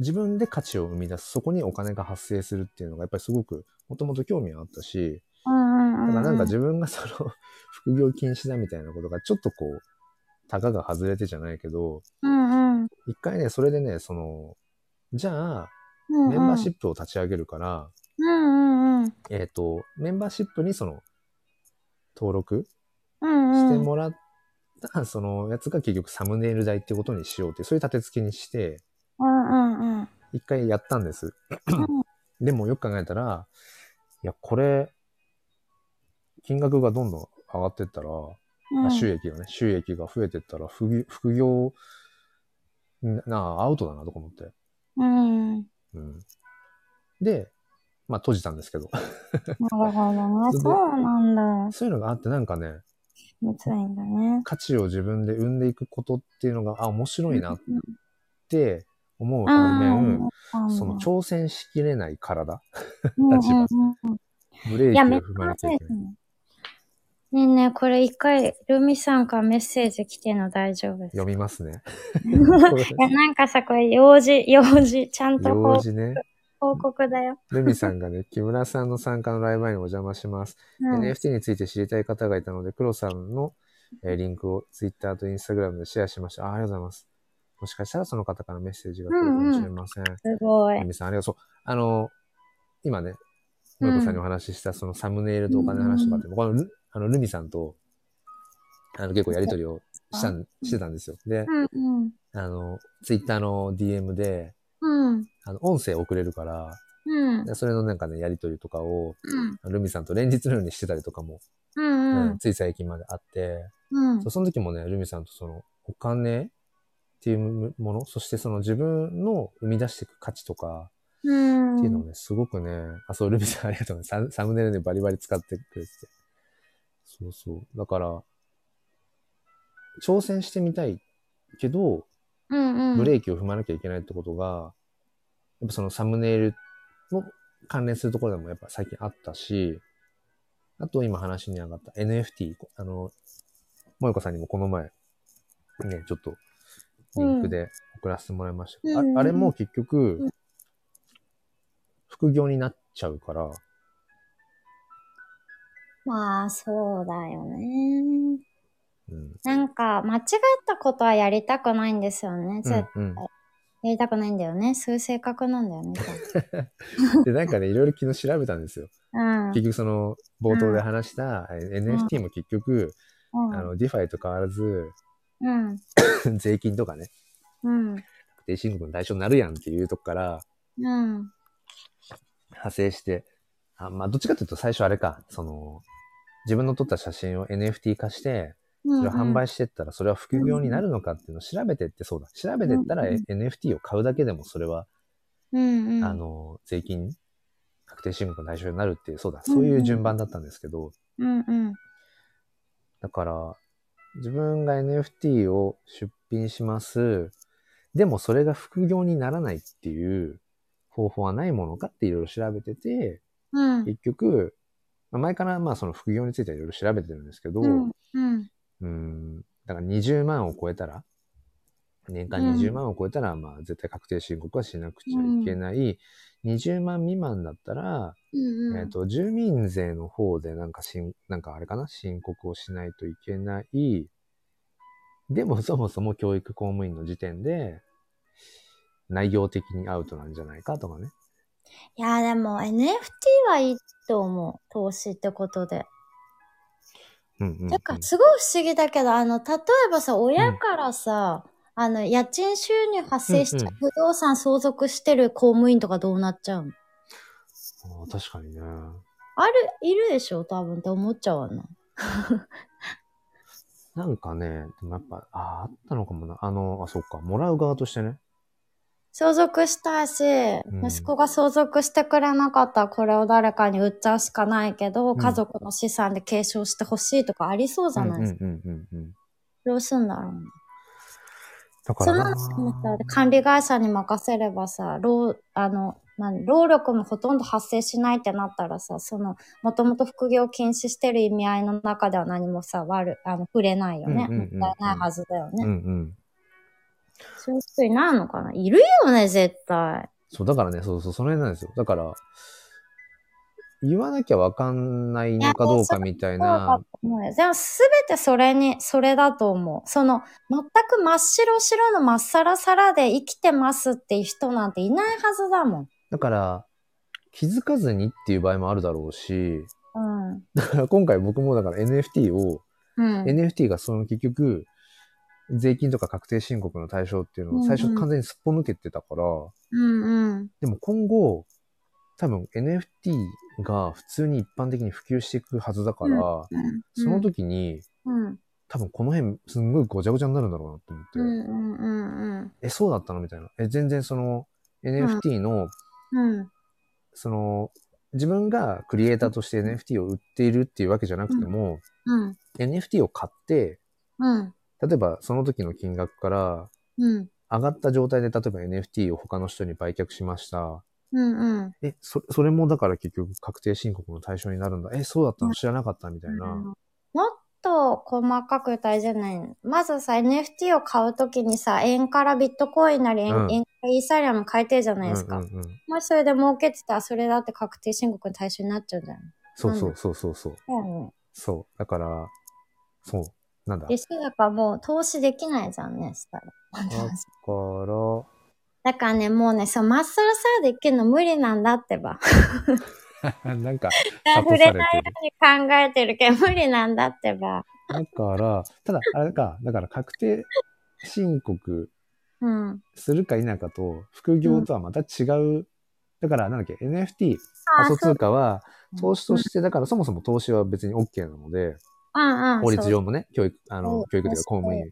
[SPEAKER 2] 自分で価値を生み出す、そこにお金が発生するっていうのが、やっぱりすごく、もともと興味があったし、
[SPEAKER 1] うんう
[SPEAKER 2] だ
[SPEAKER 1] ん。
[SPEAKER 2] からなんか自分がその、副業禁止だみたいなことが、ちょっとこう、たかが外れてじゃないけど、
[SPEAKER 1] うんうん。
[SPEAKER 2] 一回ね、それでね、その、じゃあ、
[SPEAKER 1] うんうん
[SPEAKER 2] メンバーシップを立ち上げるから、
[SPEAKER 1] うんうんうん。
[SPEAKER 2] えっ、と、メンバーシップにその、登録
[SPEAKER 1] うんうん。
[SPEAKER 2] してもらった、そのやつが結局サムネイル代ってことにしようっていう、そういう立て付けにして、
[SPEAKER 1] うんうんうん。
[SPEAKER 2] 一回やったんです
[SPEAKER 1] ん。
[SPEAKER 2] でもよく考えたら、いや、これ、金額がどんどん上がってったら、
[SPEAKER 1] うん
[SPEAKER 2] あ収益がね、収益が増えてったら、副業副業、ななあ、アウトだなとか思って。
[SPEAKER 1] うん。
[SPEAKER 2] うん。で、まあ閉じたんですけど、
[SPEAKER 1] なるほどね。
[SPEAKER 2] それで
[SPEAKER 1] そうなんだ。
[SPEAKER 2] そういうのがあってなんかね、
[SPEAKER 1] むついんだね。
[SPEAKER 2] 価値を自分で生んでいくことっていうのが、あ、面白いなっ
[SPEAKER 1] うん
[SPEAKER 2] て思う反面、
[SPEAKER 1] あ
[SPEAKER 2] その挑戦しきれない体、
[SPEAKER 1] た
[SPEAKER 2] 立場
[SPEAKER 1] い
[SPEAKER 2] ブレーキ
[SPEAKER 1] や、
[SPEAKER 2] を
[SPEAKER 1] めっ
[SPEAKER 2] 踏まなき
[SPEAKER 1] ちゃ
[SPEAKER 2] ゃい
[SPEAKER 1] い
[SPEAKER 2] けない。
[SPEAKER 1] ねえねえ、これ一回、ルミさんからメッセージ来てんの大丈夫ですか
[SPEAKER 2] 読みま すね。
[SPEAKER 1] いや、なんかさ、これ、用事、用事、ちゃんと
[SPEAKER 2] 用
[SPEAKER 1] 報
[SPEAKER 2] 事ね。
[SPEAKER 1] 報告だよ。
[SPEAKER 2] ルミさんがね、木村さんの参加のライブ前にお邪魔します。
[SPEAKER 1] うん。
[SPEAKER 2] NFT について知りたい方がいたので、黒さんの、えーリンクを Twitter と Instagram でシェアしました。あありがとうございます。もしかしたらその方からメッセージが来るかもしれません。
[SPEAKER 1] すごい
[SPEAKER 2] ゆ。みさん、ありがとう。あの、今ね、もえこさんにお話しした、そのサムネイルとお金の話とかって、僕はルあのルミさんと、あの、結構やりとりをしたん、してたんですよ。で
[SPEAKER 1] う、んうん。
[SPEAKER 2] あの、ツイッターの DM で、
[SPEAKER 1] うん。
[SPEAKER 2] あの、音声送れるから、
[SPEAKER 1] うん。
[SPEAKER 2] でそれのなんかね、やりとりとかを、
[SPEAKER 1] うん。
[SPEAKER 2] ルミさんと連日のようにしてたりとかも、
[SPEAKER 1] う
[SPEAKER 2] うん
[SPEAKER 1] ん。うん
[SPEAKER 2] つい最近まであって、
[SPEAKER 1] うん
[SPEAKER 2] そうその時もね、ルミさんとその、お金っていうもの、そしてその自分の生み出していく価値とか、
[SPEAKER 1] うん。
[SPEAKER 2] っていうのをね、すごくね、あ、そう、ルミさんありがとうね。サムサムネイルでバリバリ使ってくれてて。そうそう。だから、挑戦してみたいけど、
[SPEAKER 1] うんうん。
[SPEAKER 2] ブレーキを踏まなきゃいけないってことが、やっぱそのサムネイルの関連するところでもやっぱ最近あったし、あと今話に上がった NFT、あの、もよこさんにもこの前、ね、ちょっとリンクで送らせてもらいましたけど、
[SPEAKER 1] うんうん
[SPEAKER 2] ああれも結
[SPEAKER 1] う
[SPEAKER 2] 局、副業になっちゃうから、
[SPEAKER 1] まあ、そうだよね。
[SPEAKER 2] うん。
[SPEAKER 1] なんか、間違ったことはやりたくないんですよね。
[SPEAKER 2] う
[SPEAKER 1] ずや
[SPEAKER 2] ん、うん。
[SPEAKER 1] りたくないんだよね。そういう性格なんだよね。多分
[SPEAKER 2] で、なんかね、いろいろ昨日調べたんですよ。
[SPEAKER 1] うん。
[SPEAKER 2] 結局その、冒頭で話したえ NFT も結局、
[SPEAKER 1] うん
[SPEAKER 2] あの、DeFi と変わらず、
[SPEAKER 1] うん。
[SPEAKER 2] 税金とかね、
[SPEAKER 1] うん。
[SPEAKER 2] 確定申告の対象になるやんっていうとこから
[SPEAKER 1] うん。
[SPEAKER 2] 派生して、あまあ、どっちかというと最初あれか、その、自分の撮った写真を NFT 化して、それを販売してったら、それは副業になるのかっていうのを調べてって、そうだ。調べてったら、
[SPEAKER 1] うん
[SPEAKER 2] NFT を買うだけでも、それは、
[SPEAKER 1] うんうん。
[SPEAKER 2] あの、税金、確定申告の対象になるっていう、そうだ。そういう順番だったんですけど、
[SPEAKER 1] うんうん。
[SPEAKER 2] だから、自分が NFT を出品します。でもそれが副業にならないっていう方法はないものかっていろいろ調べてて、
[SPEAKER 1] うん。
[SPEAKER 2] 結局、まあ前からまあその副業についてはいろいろ調べてるんですけど、
[SPEAKER 1] うん。うん。
[SPEAKER 2] うん、だから20万を超えたら、年間
[SPEAKER 1] うん
[SPEAKER 2] 20万を超えたら、まあ絶対確定申告はしなくちゃいけない。20万未満だったら、
[SPEAKER 1] うん。
[SPEAKER 2] えっ、と、住民税の方でなんかしん、なんかあれかな、申告をしないといけない。でもそもそも教育公務員の時点で、内容的にアウトなんじゃないかとかね。
[SPEAKER 1] いや、でも NFT はいいと思う。投資ってことで。
[SPEAKER 2] うんうん、うん。
[SPEAKER 1] てか、すごい不思議だけど、あの、例えばさ、親からさ、あの、家賃収入発生しちゃう、
[SPEAKER 2] うん
[SPEAKER 1] 不動産相続してる公務員とかどうなっちゃうの
[SPEAKER 2] あー確かにね。
[SPEAKER 1] ある、いるでしょ多分って思っちゃうわな。
[SPEAKER 2] なんかね、でもやっぱ、ああ、あったのかもな。あの、あ、そっか、もらう側としてね。
[SPEAKER 1] 相続したいし、
[SPEAKER 2] ん
[SPEAKER 1] 息子が相続してくれなかったらこれを誰かに売っちゃうしかないけど、
[SPEAKER 2] ん
[SPEAKER 1] 家族の資産で継承してほしいとかありそうじゃないですか。
[SPEAKER 2] うんうんうんうんうん。
[SPEAKER 1] どうすんだろうね。
[SPEAKER 2] だか
[SPEAKER 1] そ
[SPEAKER 2] ら
[SPEAKER 1] んな
[SPEAKER 2] な
[SPEAKER 1] のさ、管理会社に任せればさ、労、あの、なん労力もほとんど発生しないってなったらさ、その、もともと副業禁止してる意味合いの中では何もさ、悪、あの、触れないよね。
[SPEAKER 2] うんうんうんうん
[SPEAKER 1] もったいないはずだよね。
[SPEAKER 2] うんうん。
[SPEAKER 1] そういう人いないのかないるよね、絶対。
[SPEAKER 2] そう、だからね、そうそう、その辺なんですよ。だから、言わなきゃわかんないのかどうかみた
[SPEAKER 1] そ
[SPEAKER 2] い
[SPEAKER 1] うだ
[SPEAKER 2] な
[SPEAKER 1] と。思うよ。でも、すべてそれに、それだと思う。その、全く真っ白白の真っさらさらで生きてますっていう人なんていないはずだもん。
[SPEAKER 2] だから、気づかずにっていう場合もあるだろうし、
[SPEAKER 1] うん。
[SPEAKER 2] だから今回僕もだから NFT を、
[SPEAKER 1] うん。
[SPEAKER 2] NFT がその結局、税金とか確定申告の対象っていうのを
[SPEAKER 1] う
[SPEAKER 2] 最
[SPEAKER 1] ん
[SPEAKER 2] 初
[SPEAKER 1] うん
[SPEAKER 2] 完全にすっぽ抜けてたから、
[SPEAKER 1] うんうん。
[SPEAKER 2] でも今後、多分 NFT が普通に一般的に普及していくはずだから、
[SPEAKER 1] うん
[SPEAKER 2] その時に、
[SPEAKER 1] うん
[SPEAKER 2] 多分この辺すんごいごちゃごちゃになるんだろうなって
[SPEAKER 1] う
[SPEAKER 2] 思って、
[SPEAKER 1] んうんうん
[SPEAKER 2] え、そうだったのみたいな。え、全然その NFT の、
[SPEAKER 1] うんうん
[SPEAKER 2] その、自分がクリエイターとして NFT を売っているっていうわけじゃなくても、
[SPEAKER 1] うん
[SPEAKER 2] NFT を買って、
[SPEAKER 1] うん
[SPEAKER 2] 例えばその時の金額から
[SPEAKER 1] うん
[SPEAKER 2] 上がった状態で例えば NFT を他の人に売却しました。
[SPEAKER 1] うんうん
[SPEAKER 2] え、そそれもだから結局確定申告の対象になるんだ。え、そうだったの知らなかったみたいな。
[SPEAKER 1] もっと細かく言ったらいいじゃないのまずさ NFT を買うときにさ円からビットコインなり円,、
[SPEAKER 2] うん
[SPEAKER 1] 円からイーサリアム変えてるじゃないですか、
[SPEAKER 2] うんうんうん、
[SPEAKER 1] もしそれで儲けてたらそれだって確定申告の対象になっちゃうんじゃない
[SPEAKER 2] そうそうそうそうそう。
[SPEAKER 1] だよ
[SPEAKER 2] そう。だから、そう。なんだ。
[SPEAKER 1] ねでしだからもう投資できないじゃんねしたら
[SPEAKER 2] だから、
[SPEAKER 1] だからねもうねそうまっさらさらでいけるの無理なんだってば
[SPEAKER 2] なんか、
[SPEAKER 1] 触
[SPEAKER 2] 悟
[SPEAKER 1] れな
[SPEAKER 2] されて
[SPEAKER 1] いよう
[SPEAKER 2] る
[SPEAKER 1] に考えてるけど無理なんだってば
[SPEAKER 2] だから、ただ、あれか、だから確定申告
[SPEAKER 1] うん
[SPEAKER 2] するか否かと、副業とはまた違う、だから、なんだっけ、NFT、
[SPEAKER 1] あ
[SPEAKER 2] 仮想通貨は
[SPEAKER 1] う、
[SPEAKER 2] 投資として、だからそもそも投資は別に OK なので、
[SPEAKER 1] うんうん、
[SPEAKER 2] 法律
[SPEAKER 1] そう。
[SPEAKER 2] 上もね、教育、あ
[SPEAKER 1] う
[SPEAKER 2] の
[SPEAKER 1] ん、
[SPEAKER 2] 教育というか公務員、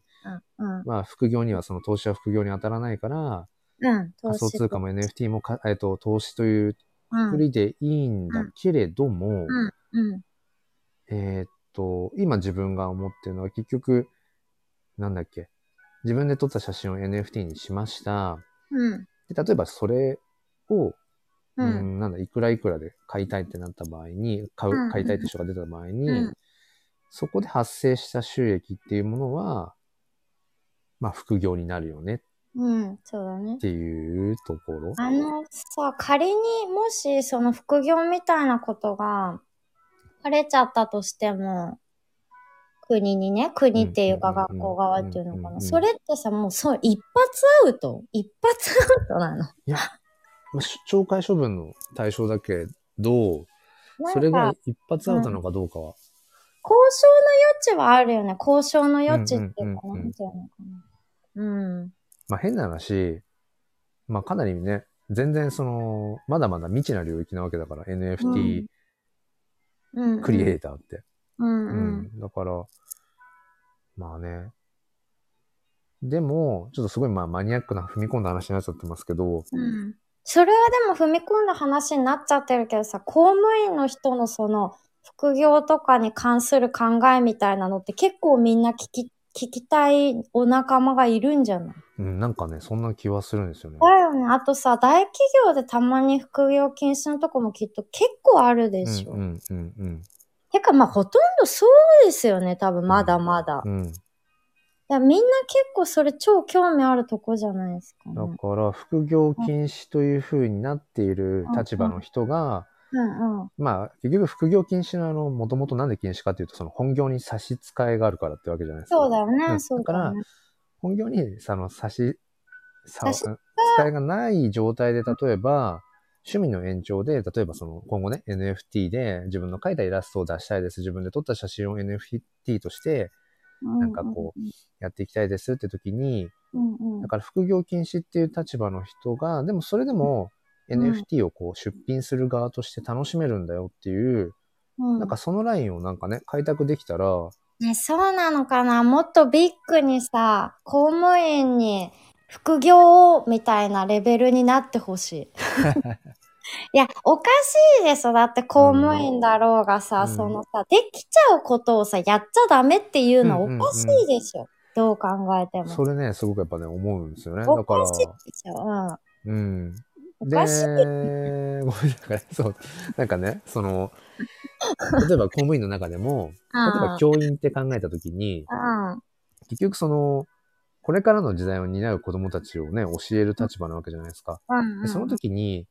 [SPEAKER 1] うんうん
[SPEAKER 2] まあ、副業にはその投資は副業に当たらないから、
[SPEAKER 1] うん、
[SPEAKER 2] 仮想通貨
[SPEAKER 1] も。
[SPEAKER 2] も NFT もか、えっと、投資という
[SPEAKER 1] うん
[SPEAKER 2] ふりでいいんだけれども、
[SPEAKER 1] うん
[SPEAKER 2] えーっと、今自分が思ってるのは結局、なんだっけ。自分で撮った写真を NFT にしました。
[SPEAKER 1] うん
[SPEAKER 2] で例えばそれを、
[SPEAKER 1] う
[SPEAKER 2] うんんなんだ、いくらいくらで買いたいってなった場合に、買
[SPEAKER 1] うん
[SPEAKER 2] う、買いたいって人が出た場合に、
[SPEAKER 1] うん
[SPEAKER 2] そこで発生した収益っていうものは、まあ副業になるよね
[SPEAKER 1] うん、そうだね
[SPEAKER 2] っ。ていうところ。
[SPEAKER 1] あのさ、仮にもしその副業みたいなことがバレちゃったとしても、国にね、国っていうか
[SPEAKER 2] うんうんう
[SPEAKER 1] 学
[SPEAKER 2] ん
[SPEAKER 1] 校側っていうの
[SPEAKER 2] うん
[SPEAKER 1] か
[SPEAKER 2] うん
[SPEAKER 1] な。
[SPEAKER 2] うん
[SPEAKER 1] それってさ、もうそう、一発アウト一発アウトなの。
[SPEAKER 2] まあ、し懲戒処分の対象だけど、 それ
[SPEAKER 1] なん
[SPEAKER 2] が
[SPEAKER 1] か、
[SPEAKER 2] 一発アウトなのかどうかは。
[SPEAKER 1] 交渉の余地はあるよね。交渉の余地っていうか、
[SPEAKER 2] うんうんうんう
[SPEAKER 1] な
[SPEAKER 2] ん
[SPEAKER 1] んていうのかな。うん。
[SPEAKER 2] まあ変な話、まあかなりね、全然その、まだまだ未知な領域なわけだから、NFT
[SPEAKER 1] うん
[SPEAKER 2] クリエイターって。
[SPEAKER 1] うん
[SPEAKER 2] う
[SPEAKER 1] うん。
[SPEAKER 2] んだから、まあね。でも、ちょっとすごいまあマニアックな踏み込んだ話になっちゃってますけど、
[SPEAKER 1] うん。それはでも踏み込んだ話になっちゃってるけどさ、公務員の人のその副業とかに関する考えみたいなのって結構みんな聞き、聞きたいお仲間がいるんじゃない
[SPEAKER 2] うんうん、なんかね、そんな気はするんですよね。
[SPEAKER 1] だよね。あとさ、大企業でたまに副業禁止のとこもきっと結構あるでしょ。
[SPEAKER 2] うんうんうんうん。
[SPEAKER 1] てかまあほとんどそうですよね、多分まだまだ。
[SPEAKER 2] うん。
[SPEAKER 1] いやみんな結構それ超興味あるとこじゃないですか、ね。
[SPEAKER 2] だから、副業禁止というふうになっている立場の人が、
[SPEAKER 1] うんうん。
[SPEAKER 2] まあ、結局副業禁止のあの、もともとなんで禁止かというと、その本業に差し支えがあるからってわけじゃないですか。
[SPEAKER 1] そうだよね、
[SPEAKER 2] うん
[SPEAKER 1] そう
[SPEAKER 2] だか
[SPEAKER 1] だ
[SPEAKER 2] ら
[SPEAKER 1] よね。
[SPEAKER 2] 本業にその差し、さ
[SPEAKER 1] 差し支
[SPEAKER 2] 使いがない状態で、例えば、趣味の延長で、例えばその今後ね、NFT で自分の描いたイラストを出したいです。自分で撮った写真を NFT としてなんかこやっていきたいですって時に、
[SPEAKER 1] うんうん、うんうん
[SPEAKER 2] だから副業禁止っていう立場の人が、でもそれでも
[SPEAKER 1] うん
[SPEAKER 2] NFT をこう出品する側として楽しめるんだよっていう、
[SPEAKER 1] うん
[SPEAKER 2] なんかそのラインをなんかね、開拓できたら、
[SPEAKER 1] ね、そうなのかなもっとビッグにさ、公務員に副業をみたいなレベルになってほ しい。いや、おかしいでしょ。だって公務員だろうがさ、
[SPEAKER 2] うん
[SPEAKER 1] そのさ、できちゃうことをさ、やっちゃダメっていうのはお
[SPEAKER 2] うんうんうん
[SPEAKER 1] かしいでしょ。どう考えても。
[SPEAKER 2] それね、すごくやっぱね、思うんですよね。
[SPEAKER 1] お
[SPEAKER 2] だから
[SPEAKER 1] か、しいでしょ。
[SPEAKER 2] う
[SPEAKER 1] う
[SPEAKER 2] ん。
[SPEAKER 1] ん。お
[SPEAKER 2] で、
[SPEAKER 1] かしい。
[SPEAKER 2] ごめんなさい。そう。なんかね、その、例えば公務員の中でも、例えば教員って考えたときに、
[SPEAKER 1] うん。
[SPEAKER 2] 結局その、これからの時代を担う子供たちをね、教える立場なわけじゃないですか。
[SPEAKER 1] うんう
[SPEAKER 2] で
[SPEAKER 1] ん。
[SPEAKER 2] その時に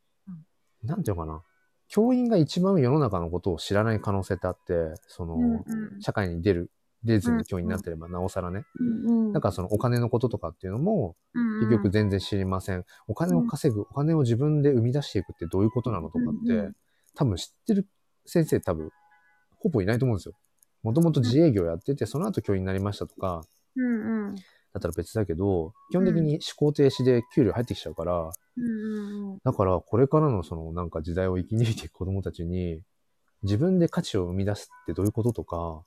[SPEAKER 1] う、
[SPEAKER 2] なんていうのかな、教員が一番世の中のことを知らない可能性ってあって、その、
[SPEAKER 1] うんうん
[SPEAKER 2] 社会に出る、出ずに教員になってれば、なおさらね。
[SPEAKER 1] うんうん
[SPEAKER 2] だからそのお金のこととかっていうのも、結局全然知りません。お金を稼ぐ、お金を自分で生み出していくってどういうことなのとかっ
[SPEAKER 1] うんう
[SPEAKER 2] て、多分知ってる先生多分、ほぼいないと思うんですよ。もともと自営業やってて、その後教員になりましたとか、
[SPEAKER 1] うんうん。
[SPEAKER 2] だったら別だけど、基本的に思考停止で給料入ってきちゃうから、
[SPEAKER 1] うんうんうん。
[SPEAKER 2] だからこれからのそのなんか時代を生き抜いていく子供たちに、自分で価値を生み出すってどういうこととか、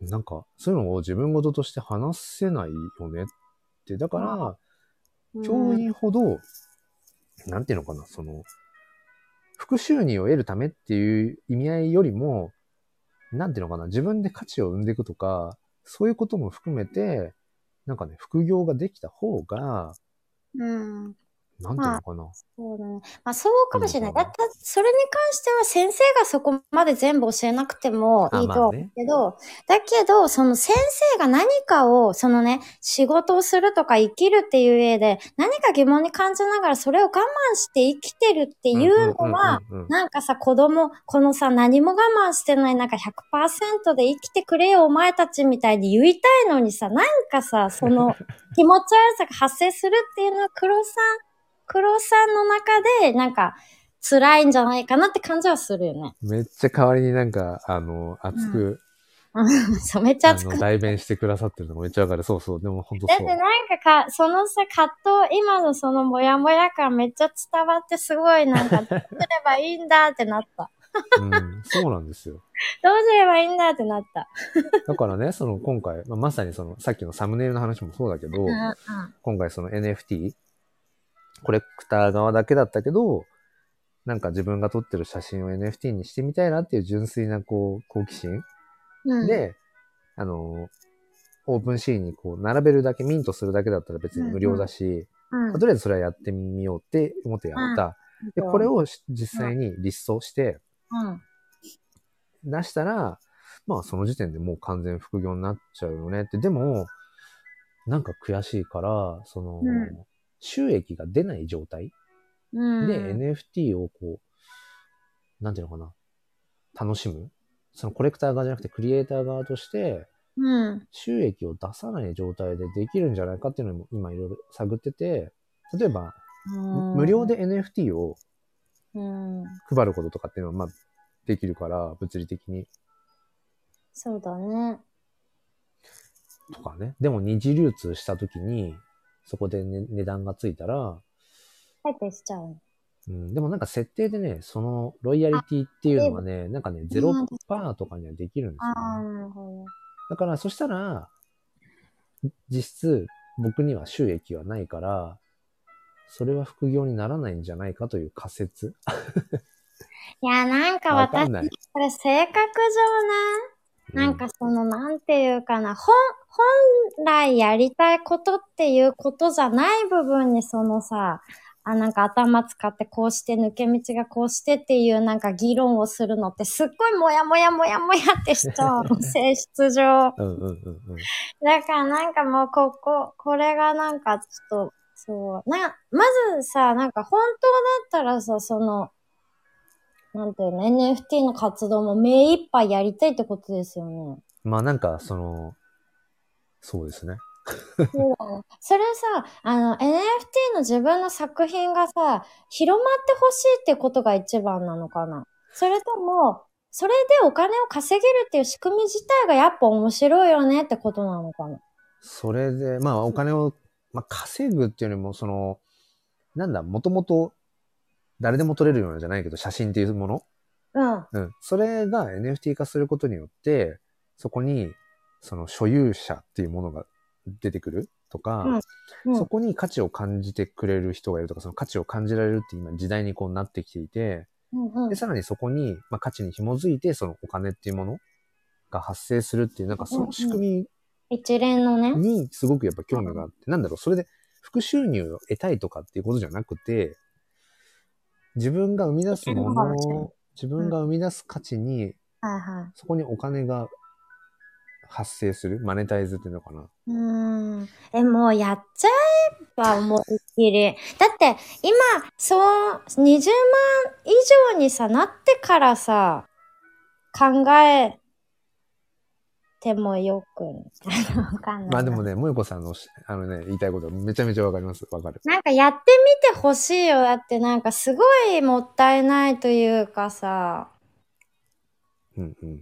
[SPEAKER 2] なんかそういうのを自分事として話せないよねって、だから、教員ほど、なんていうのかな、その、副収入を得るためっていう意味合いよりも、なんていうのかな、自分で価値を生んでいくとか、そういうことも含めて、なんかね、副業ができた方が、
[SPEAKER 1] うん。
[SPEAKER 2] なんていうのかな。
[SPEAKER 1] そうだね。まあそうかもしれない。
[SPEAKER 2] いい
[SPEAKER 1] だ
[SPEAKER 2] のか
[SPEAKER 1] っ
[SPEAKER 2] な
[SPEAKER 1] たそれに関しては先生がそこまで全部教えなくてもいいとは思うけど、だけど、その先生が何かを、そのね、仕事をするとか生きるっていう上で、何か疑問に感じながらそれを我慢して生きてるっていうのは、
[SPEAKER 2] うんうんうんうん、
[SPEAKER 1] なんかさ、子供、このさ、何も我慢してない、なんか100%で生きてくれよ、お前たちみたいに言いたいのにさ、なんかさ、その気持ち悪さが発生するっていうのは、黒さん、黒さんの中で、なんか、辛いんじゃないかなって感じはするよね。
[SPEAKER 2] めっちゃ代わりになんか、あの、熱く、
[SPEAKER 1] そう、めっちゃ
[SPEAKER 2] あ
[SPEAKER 1] 熱く
[SPEAKER 2] の、代弁してくださってるのがめっちゃわかる。そうそう。でも本当
[SPEAKER 1] だっ
[SPEAKER 2] そ
[SPEAKER 1] て
[SPEAKER 2] う。
[SPEAKER 1] なんかか、そのさ、葛藤、今のそのモヤモヤ感めっちゃ伝わってすごいなんか、どうすればいいんだってなった。
[SPEAKER 2] うん、そうなんですよ。
[SPEAKER 1] どうすればいいんだってなった。
[SPEAKER 2] だからね、その今回、まあまさにその、さっきのサムネイルの話もそうだけど、
[SPEAKER 1] うんうん。
[SPEAKER 2] 今回その NFT、コレクター側だけだったけど、なんか自分が撮ってる写真を NFT にしてみたいなっていう純粋なこう好奇心
[SPEAKER 1] うん、
[SPEAKER 2] で、あの、オープンシーンにこう並べるだけ、ミントするだけだったら別に無料だし、
[SPEAKER 1] うん、
[SPEAKER 2] まあとりあえずそれはやってみようって思ってやった。で、これ
[SPEAKER 1] を、
[SPEAKER 2] をし実際に立想して
[SPEAKER 1] うん、
[SPEAKER 2] 出したら、まあその時点でもう完全副業になっちゃうよねって。でも、なんか悔しいから、そ
[SPEAKER 1] う
[SPEAKER 2] の、
[SPEAKER 1] ん
[SPEAKER 2] 収益が出ない状態
[SPEAKER 1] うん
[SPEAKER 2] で、NFT をこう、なんていうのかな、楽しむ。そのコレクター側じゃなくてクリエイター側として
[SPEAKER 1] うん。
[SPEAKER 2] 収益を出さない状態でできるんじゃないかっていうのも今いろいろ探ってて、例えば無料で NFT を
[SPEAKER 1] うん。うん。
[SPEAKER 2] 配ることとかっていうのはまあできるから物理的に
[SPEAKER 1] そうだね。
[SPEAKER 2] とかね。でも二次流通した時にそこで、ね、値段がついたら、
[SPEAKER 1] 入ってきちゃう。
[SPEAKER 2] うん、でもなんか設定でね、そのロイヤリティっていうのはね、なんかね、0%とかにはできるんですよ、ね。
[SPEAKER 1] ああ、なるほ
[SPEAKER 2] だから、そしたら、実質、僕には収益はないから、それは副業にならないんじゃないかという仮説。
[SPEAKER 1] ど。いや、なんか
[SPEAKER 2] わか
[SPEAKER 1] 私
[SPEAKER 2] ん、ない。
[SPEAKER 1] これ性格上ね、なんかその、なんていうかな、本、本来やりたいことっていうことじゃない部分にそのさ、あ、なんか頭使ってこうして抜け道がこうしてっていうなんか議論をするのってすっごいもやもやもやもやってしちゃ うの性質上。
[SPEAKER 2] うんうんうんうん。
[SPEAKER 1] だからなんかもうここ、これがなんかちょっと、そう、な、まずさ、なんか本当だったらさ、その、なんていうの、NFT の活動も目いっぱいやりたいってことですよね。
[SPEAKER 2] まあなんか、その、そうですね。
[SPEAKER 1] そうだねそれさ、あの、NFT の自分の作品がさ、広まってほしいってことが一番なのかなそれとも、それでお金を稼げるっていう仕組み自体がやっぱ面白いよねってことなのかな
[SPEAKER 2] それで、まあお金を、まあ、稼ぐっていうよりも、その、なんだ、もともと誰でも撮れるようなじゃないけど、写真っていうもの
[SPEAKER 1] うん。
[SPEAKER 2] うん。それが NFT 化することによって、そこに、その所有者っていうものが出てくるとか、
[SPEAKER 1] うんうん
[SPEAKER 2] そこに価値を感じてくれる人がいるとか、その価値を感じられるって今時代にこうなってきていて、
[SPEAKER 1] うんうん
[SPEAKER 2] で、さらにそこに、まあ、価値に紐づいて、そのお金っていうものが発生するっていう、なんかその仕組
[SPEAKER 1] 一連のね。
[SPEAKER 2] みにすごくやっぱ興味があって、なんだろう、それで副収入を得たいとかっていうことじゃなくて、自分が生み出すも
[SPEAKER 1] 生きてるのかもしれな
[SPEAKER 2] の、自分が生み出す価値に
[SPEAKER 1] はいは
[SPEAKER 2] そこにお金が発生するマネタイズっていうのかな。
[SPEAKER 1] い。うーん。え、もうやっちゃえば思いっきり。だって、今、そう、20万以上にさ、なってからさ、考えてもよく、わかんない。
[SPEAKER 2] まあでも。ね、もゆこさんのし、あのね、言いたいことはめちゃめちゃわかります。わかる。
[SPEAKER 1] なんかやってみてほしいよ。だってなんかすごいもったいないというかさ。
[SPEAKER 2] うんうん。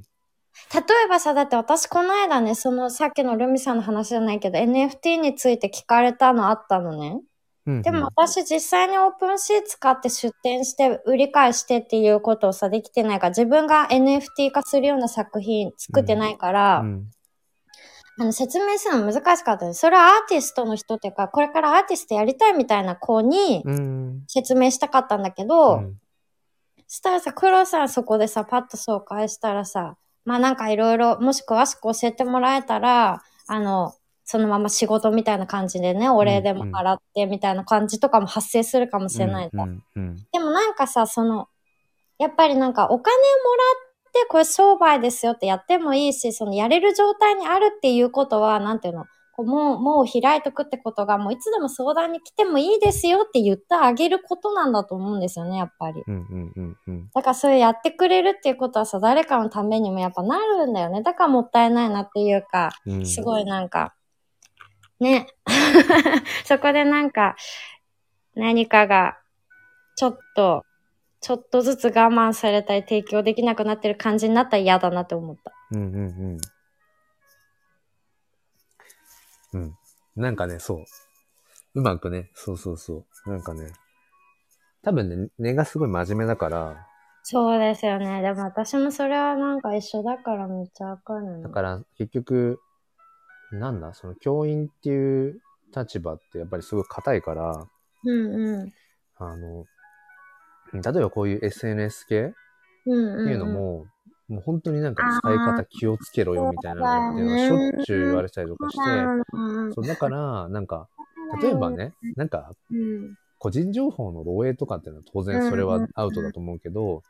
[SPEAKER 1] 例えばさ、だって私この間ね、そのさっきのルミさんの話じゃないけど、NFT について聞かれたのあったのね。
[SPEAKER 2] うんうん
[SPEAKER 1] でも、私実際にオープンシー使って出展して売り買いしてっていうことをさ、できてないから、自分が NFT 化するような作品作ってないから、
[SPEAKER 2] うん、
[SPEAKER 1] あの説明するの難しかったです。それはアーティストの人っていうか、これからアーティストやりたいみたいな子に
[SPEAKER 2] うん。
[SPEAKER 1] 説明したかったんだけど、
[SPEAKER 2] うん
[SPEAKER 1] したらさ、黒さんそこでさ、パッと紹介したらさ、まあなんかいろいろ、もし詳しく教えてもらえたら、あの、そのまま仕事みたいな感じでね、お礼でも払ってみたいな感じとかも発生するかもしれないじゃん
[SPEAKER 2] うんうん
[SPEAKER 1] でもなんかさ、その、やっぱりなんかお金もらって、これ商売ですよってやってもいいし、そのやれる状態にあるっていうことは、なんていうの、こうもう、もう開いとくってことが、もういつでも相談に来てもいいですよって言ってあげることなんだと思うんですよね、やっぱり。
[SPEAKER 2] うんうんうんうん
[SPEAKER 1] だからそれやってくれるっていうことはさ、誰かのためにもやっぱなるんだよね。だからもったいないなっていうか、
[SPEAKER 2] うんうん。
[SPEAKER 1] すごいなんか、ね。 そこでなんか、何かが、ちょっと、ちょっとずつ我慢されたり提供できなくなってる感じになったら嫌だなって思った。
[SPEAKER 2] うんうんうん。うん。なんかね、そう。うまくね、そうそうそう。なんかね、多分ね、根がすごい真面目だから、
[SPEAKER 1] そうですよね。でも私もそれはなんか一緒だからめっちゃわかる
[SPEAKER 2] だ
[SPEAKER 1] ね。
[SPEAKER 2] から結局、なんだ、その教員っていう立場ってやっぱりすごい硬いから、
[SPEAKER 1] うんうん。
[SPEAKER 2] あの、例えばこういう SNS 系っ
[SPEAKER 1] うん
[SPEAKER 2] て
[SPEAKER 1] うん、
[SPEAKER 2] いうのも、もう本当になんか使い方気をつけろよみたいなのっていうのはし
[SPEAKER 1] そうだよね
[SPEAKER 2] ょっちゅう言われたりとかし
[SPEAKER 1] そうだよ
[SPEAKER 2] て、
[SPEAKER 1] ねうんうん
[SPEAKER 2] そうだから、なんか、例えばね、なんか
[SPEAKER 1] うん、
[SPEAKER 2] 個人情報の漏洩とかっていうのは当然それはアウトだと思うけど、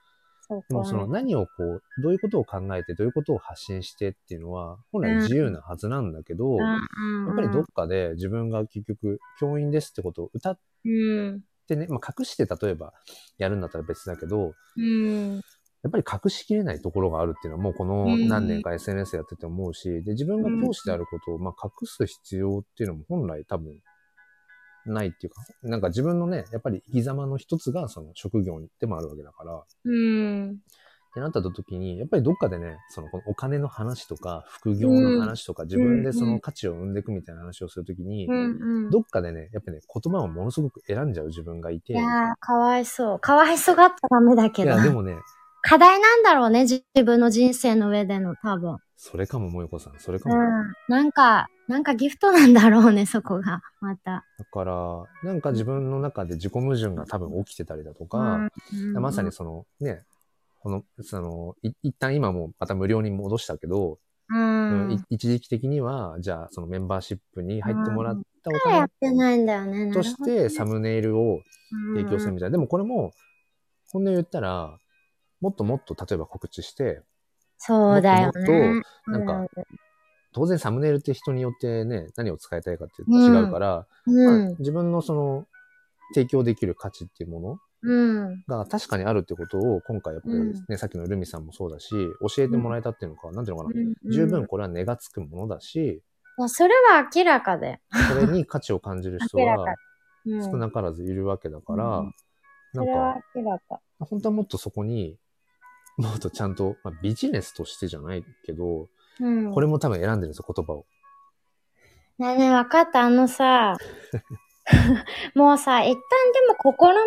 [SPEAKER 1] そう
[SPEAKER 2] でもその
[SPEAKER 1] か。
[SPEAKER 2] 何をこう、どういうことを考えて、どういうことを発信してっていうのは、本来自由なはずなんだけど、やっぱりどっかで自分が結局教員ですってことを歌っ
[SPEAKER 1] うん
[SPEAKER 2] てね、まあ、隠して例えばやるんだったら別だけど、
[SPEAKER 1] うん
[SPEAKER 2] やっぱり隠しきれないところがあるっていうのはもうこの
[SPEAKER 1] うん
[SPEAKER 2] 何年か SNS やってて思うし、で、自分が教師であることをまあ隠す必要っていうのも本来多分ないっていうか、なんか自分のね、やっぱり生き様の一つがその職業でもあるわけだから、っ
[SPEAKER 1] うん
[SPEAKER 2] てなった時に、やっぱりどっかでね、そのこのお金の話とか、副業の話とか、自分でその価値を生んでいくみたいな話をするときに、
[SPEAKER 1] うん
[SPEAKER 2] どっかでね、やっぱね、言葉をものすごく選んじゃう自分がいて、
[SPEAKER 1] いやー、かわいそう。かわいそうがあったらダメだけ
[SPEAKER 2] い
[SPEAKER 1] ど
[SPEAKER 2] や。でもね、
[SPEAKER 1] 課題なんだろうね、自自分の人生の上での、多分。
[SPEAKER 2] それかも、もよこさん、それか
[SPEAKER 1] う
[SPEAKER 2] も。
[SPEAKER 1] ん。なんか、なんかギフトなんだろうね、そ こが。また。
[SPEAKER 2] だから、なんか自分の中で自己矛盾が多分起きてたりだとか、
[SPEAKER 1] うん
[SPEAKER 2] まさに、そのね、この、その、い一旦今もうまた無料に戻したけど、
[SPEAKER 1] うん。
[SPEAKER 2] うんい一時期的には、じゃあそのメンバーシップに入ってもらったお
[SPEAKER 1] だからや
[SPEAKER 2] 金
[SPEAKER 1] ってないんだよね。
[SPEAKER 2] としてサムネイルを提供するみたいな。でもこれも、本音言ったら、もっともっと例えば告知して、
[SPEAKER 1] そうだよ
[SPEAKER 2] もっとも
[SPEAKER 1] ね
[SPEAKER 2] っ。なんか当然サムネイルって人によってね、何を使いたいかって違うから、
[SPEAKER 1] う
[SPEAKER 2] まあ
[SPEAKER 1] ん、
[SPEAKER 2] 自分のその提供できる価値っていうもの
[SPEAKER 1] うん、
[SPEAKER 2] が確かにあるってことを今回やっぱりね、さっきのルミさんもそうだし、教えてもらえたっていうのか、なんていうのかな、十分。これは値がつくものだし、
[SPEAKER 1] まあ、それは明らかで。
[SPEAKER 2] それに価値を感じる人
[SPEAKER 1] 明らか
[SPEAKER 2] は
[SPEAKER 1] うん、
[SPEAKER 2] 少なからずいるわけだから、
[SPEAKER 1] うん
[SPEAKER 2] な
[SPEAKER 1] そ
[SPEAKER 2] ん
[SPEAKER 1] れは
[SPEAKER 2] か、
[SPEAKER 1] 明らか。
[SPEAKER 2] 本当はもっとそこに、もっとちゃんと、まあ、ビジネスとしてじゃないけど、
[SPEAKER 1] うん。
[SPEAKER 2] これも多分選んでるんですよ、言葉を。
[SPEAKER 1] ねえねえ、分かった。あのさ、もうさ、一旦でも心の